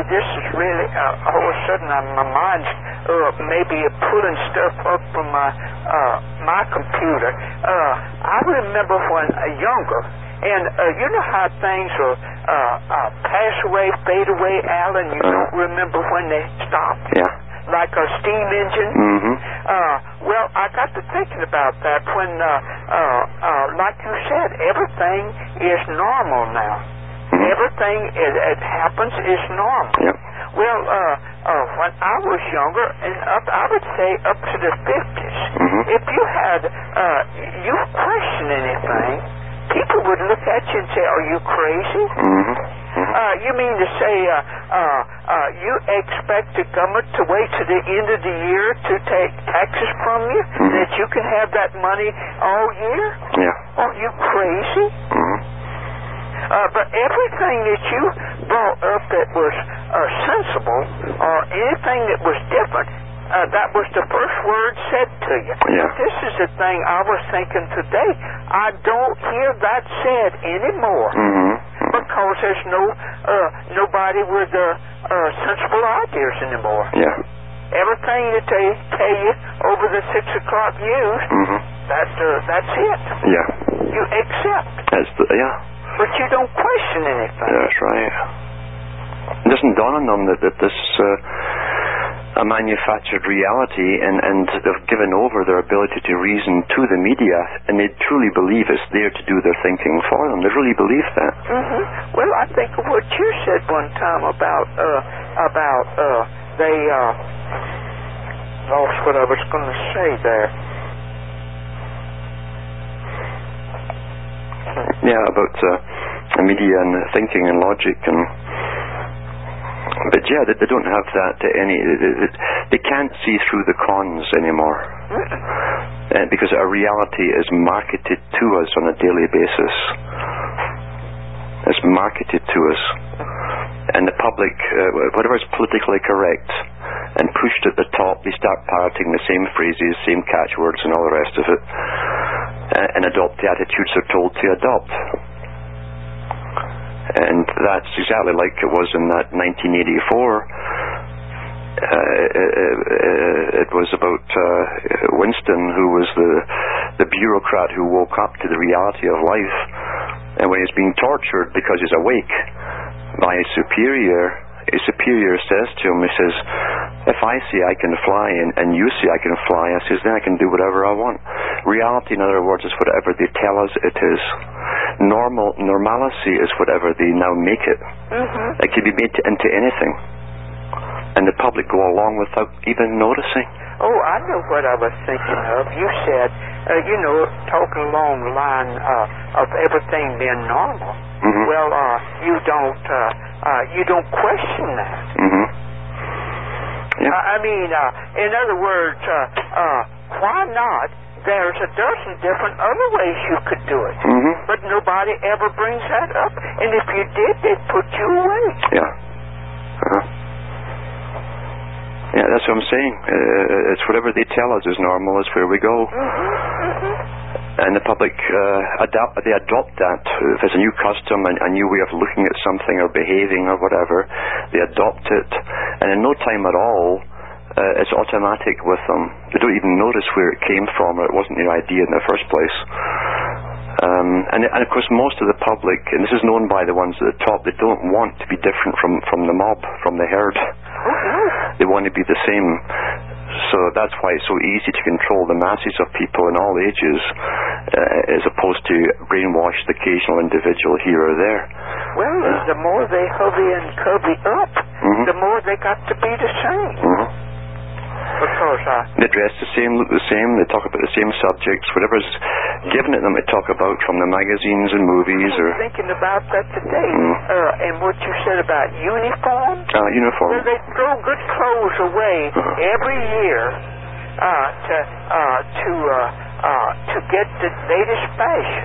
[SPEAKER 1] this is really uh, all of a sudden uh, my mind's uh, maybe pulling stuff up from my uh, my computer. Uh, I remember when uh, younger, and uh, you know how things are uh, uh, pass away, fade away, Alan. You
[SPEAKER 2] Uh-huh.
[SPEAKER 1] don't remember when they stop,
[SPEAKER 2] Yeah.
[SPEAKER 1] like a steam engine.
[SPEAKER 2] hmm
[SPEAKER 1] Uh, well, I got to thinking about that when, uh, uh, uh, like you said, everything is normal now.
[SPEAKER 2] Mhm.
[SPEAKER 1] Everything it, it happens is normal.
[SPEAKER 2] Yep.
[SPEAKER 1] Well, uh, uh, when I was younger, and up, I would say up to the 50s,
[SPEAKER 2] Mhm.
[SPEAKER 1] if you had, uh, you questioned anything, people would look at you and say, Are you crazy?
[SPEAKER 2] Mhm. Mhm.
[SPEAKER 1] Uh, you mean to say uh, uh, uh, you expect the government to wait to the end of the year to take taxes from you
[SPEAKER 2] Mhm.
[SPEAKER 1] that you can have that money all year?
[SPEAKER 2] Yeah.
[SPEAKER 1] Aren't you crazy?
[SPEAKER 2] Mhm.
[SPEAKER 1] Uh, but everything that you brought up that was uh, sensible or anything that was different, uh, that was the first word said to you.
[SPEAKER 2] Yeah.
[SPEAKER 1] This is the thing I was thinking today. I don't hear that said anymore
[SPEAKER 2] Mhm.
[SPEAKER 1] because there's no uh, nobody with uh, uh, sensible ideas anymore.
[SPEAKER 2] Yeah.
[SPEAKER 1] Everything that they tell you over the six o'clock news,
[SPEAKER 2] Mhm.
[SPEAKER 1] that uh, that's it.
[SPEAKER 2] Yeah.
[SPEAKER 1] You accept,
[SPEAKER 2] That's the yeah.
[SPEAKER 1] but you don't question anything.
[SPEAKER 2] That's right. It doesn't dawn on them that, that this uh, a manufactured reality and, and they've given over their ability to reason to the media and they truly believe it's there to do their thinking for them. They really believe that.
[SPEAKER 1] Mm-hmm. Well, I think of what you said one time about, uh, about, uh, they, uh, lost what I was going to say there.
[SPEAKER 2] Yeah, about uh, media and thinking and logic and but yeah, they, they don't have that to any. They, they can't see through the cons anymore,
[SPEAKER 1] Mm-hmm.
[SPEAKER 2] uh, because our reality is marketed to us on a daily basis. It's marketed to us, and the public, uh, whatever is politically correct and pushed at the top, they start parroting the same phrases, same catchwords, and all the rest of it, uh, and, and adopt the attitudes they're told to adopt. And that's exactly like it was in that 1984. Uh, it, it was about uh, Winston, who was the the bureaucrat who woke up to the reality of life, and when he's being tortured because he's awake by his superior, his superior says to him, he says, "If I see I can fly and, and you see I can fly, I says then I can do whatever I want." Reality, in other words, is whatever they tell us it is normal normalcy is whatever they now make it. Mm-hmm. It can be made to, into anything, and the public go along without even noticing.
[SPEAKER 1] Oh, I know what I was thinking of. You said, uh, you know, talking along the line uh, of everything being normal.
[SPEAKER 2] Mhm.
[SPEAKER 1] Well, uh, you don't uh, uh, you don't question that.
[SPEAKER 2] hmm Mm-hmm. Yeah.
[SPEAKER 1] I I mean, uh, in other words, uh, uh, why not? There's a dozen different other ways you could do it.
[SPEAKER 2] hmm
[SPEAKER 1] But nobody ever brings that up. And if you did, they'd put you away.
[SPEAKER 2] Yeah. Uh-huh. Yeah, that's what I'm saying. Uh, it's whatever they tell us is normal. Is where we go. And the public uh, adapt, they adopt that. If there's a new custom, a, a new way of looking at something or behaving or whatever, they adopt it. And in no time at all, uh, it's automatic with them. They don't even notice where it came from or it wasn't their idea in the first place. Um, and, and of course, most of the public, and this is known by the ones at the top, they don't want to be different from, from the mob, from the herd they want to be the same. So that's why it's so easy to control the masses of people in all ages, uh, as opposed to brainwash the occasional individual here or there.
[SPEAKER 1] Well, the more they hurry and covey up,
[SPEAKER 2] Mhm.
[SPEAKER 1] the more they got to be the same.
[SPEAKER 2] Mhm.
[SPEAKER 1] Because, uh,
[SPEAKER 2] They dress the same, look the same, they talk about the same subjects, whatever's given at them, they talk about from the magazines and movies
[SPEAKER 1] I
[SPEAKER 2] or
[SPEAKER 1] was thinking about that today,
[SPEAKER 2] Mhm.
[SPEAKER 1] uh, and what you said about uniform.
[SPEAKER 2] uh,
[SPEAKER 1] Well,
[SPEAKER 2] uniform.
[SPEAKER 1] they throw good clothes away
[SPEAKER 2] Uh-huh.
[SPEAKER 1] every year uh, to uh, to uh, uh, to get the latest fashion.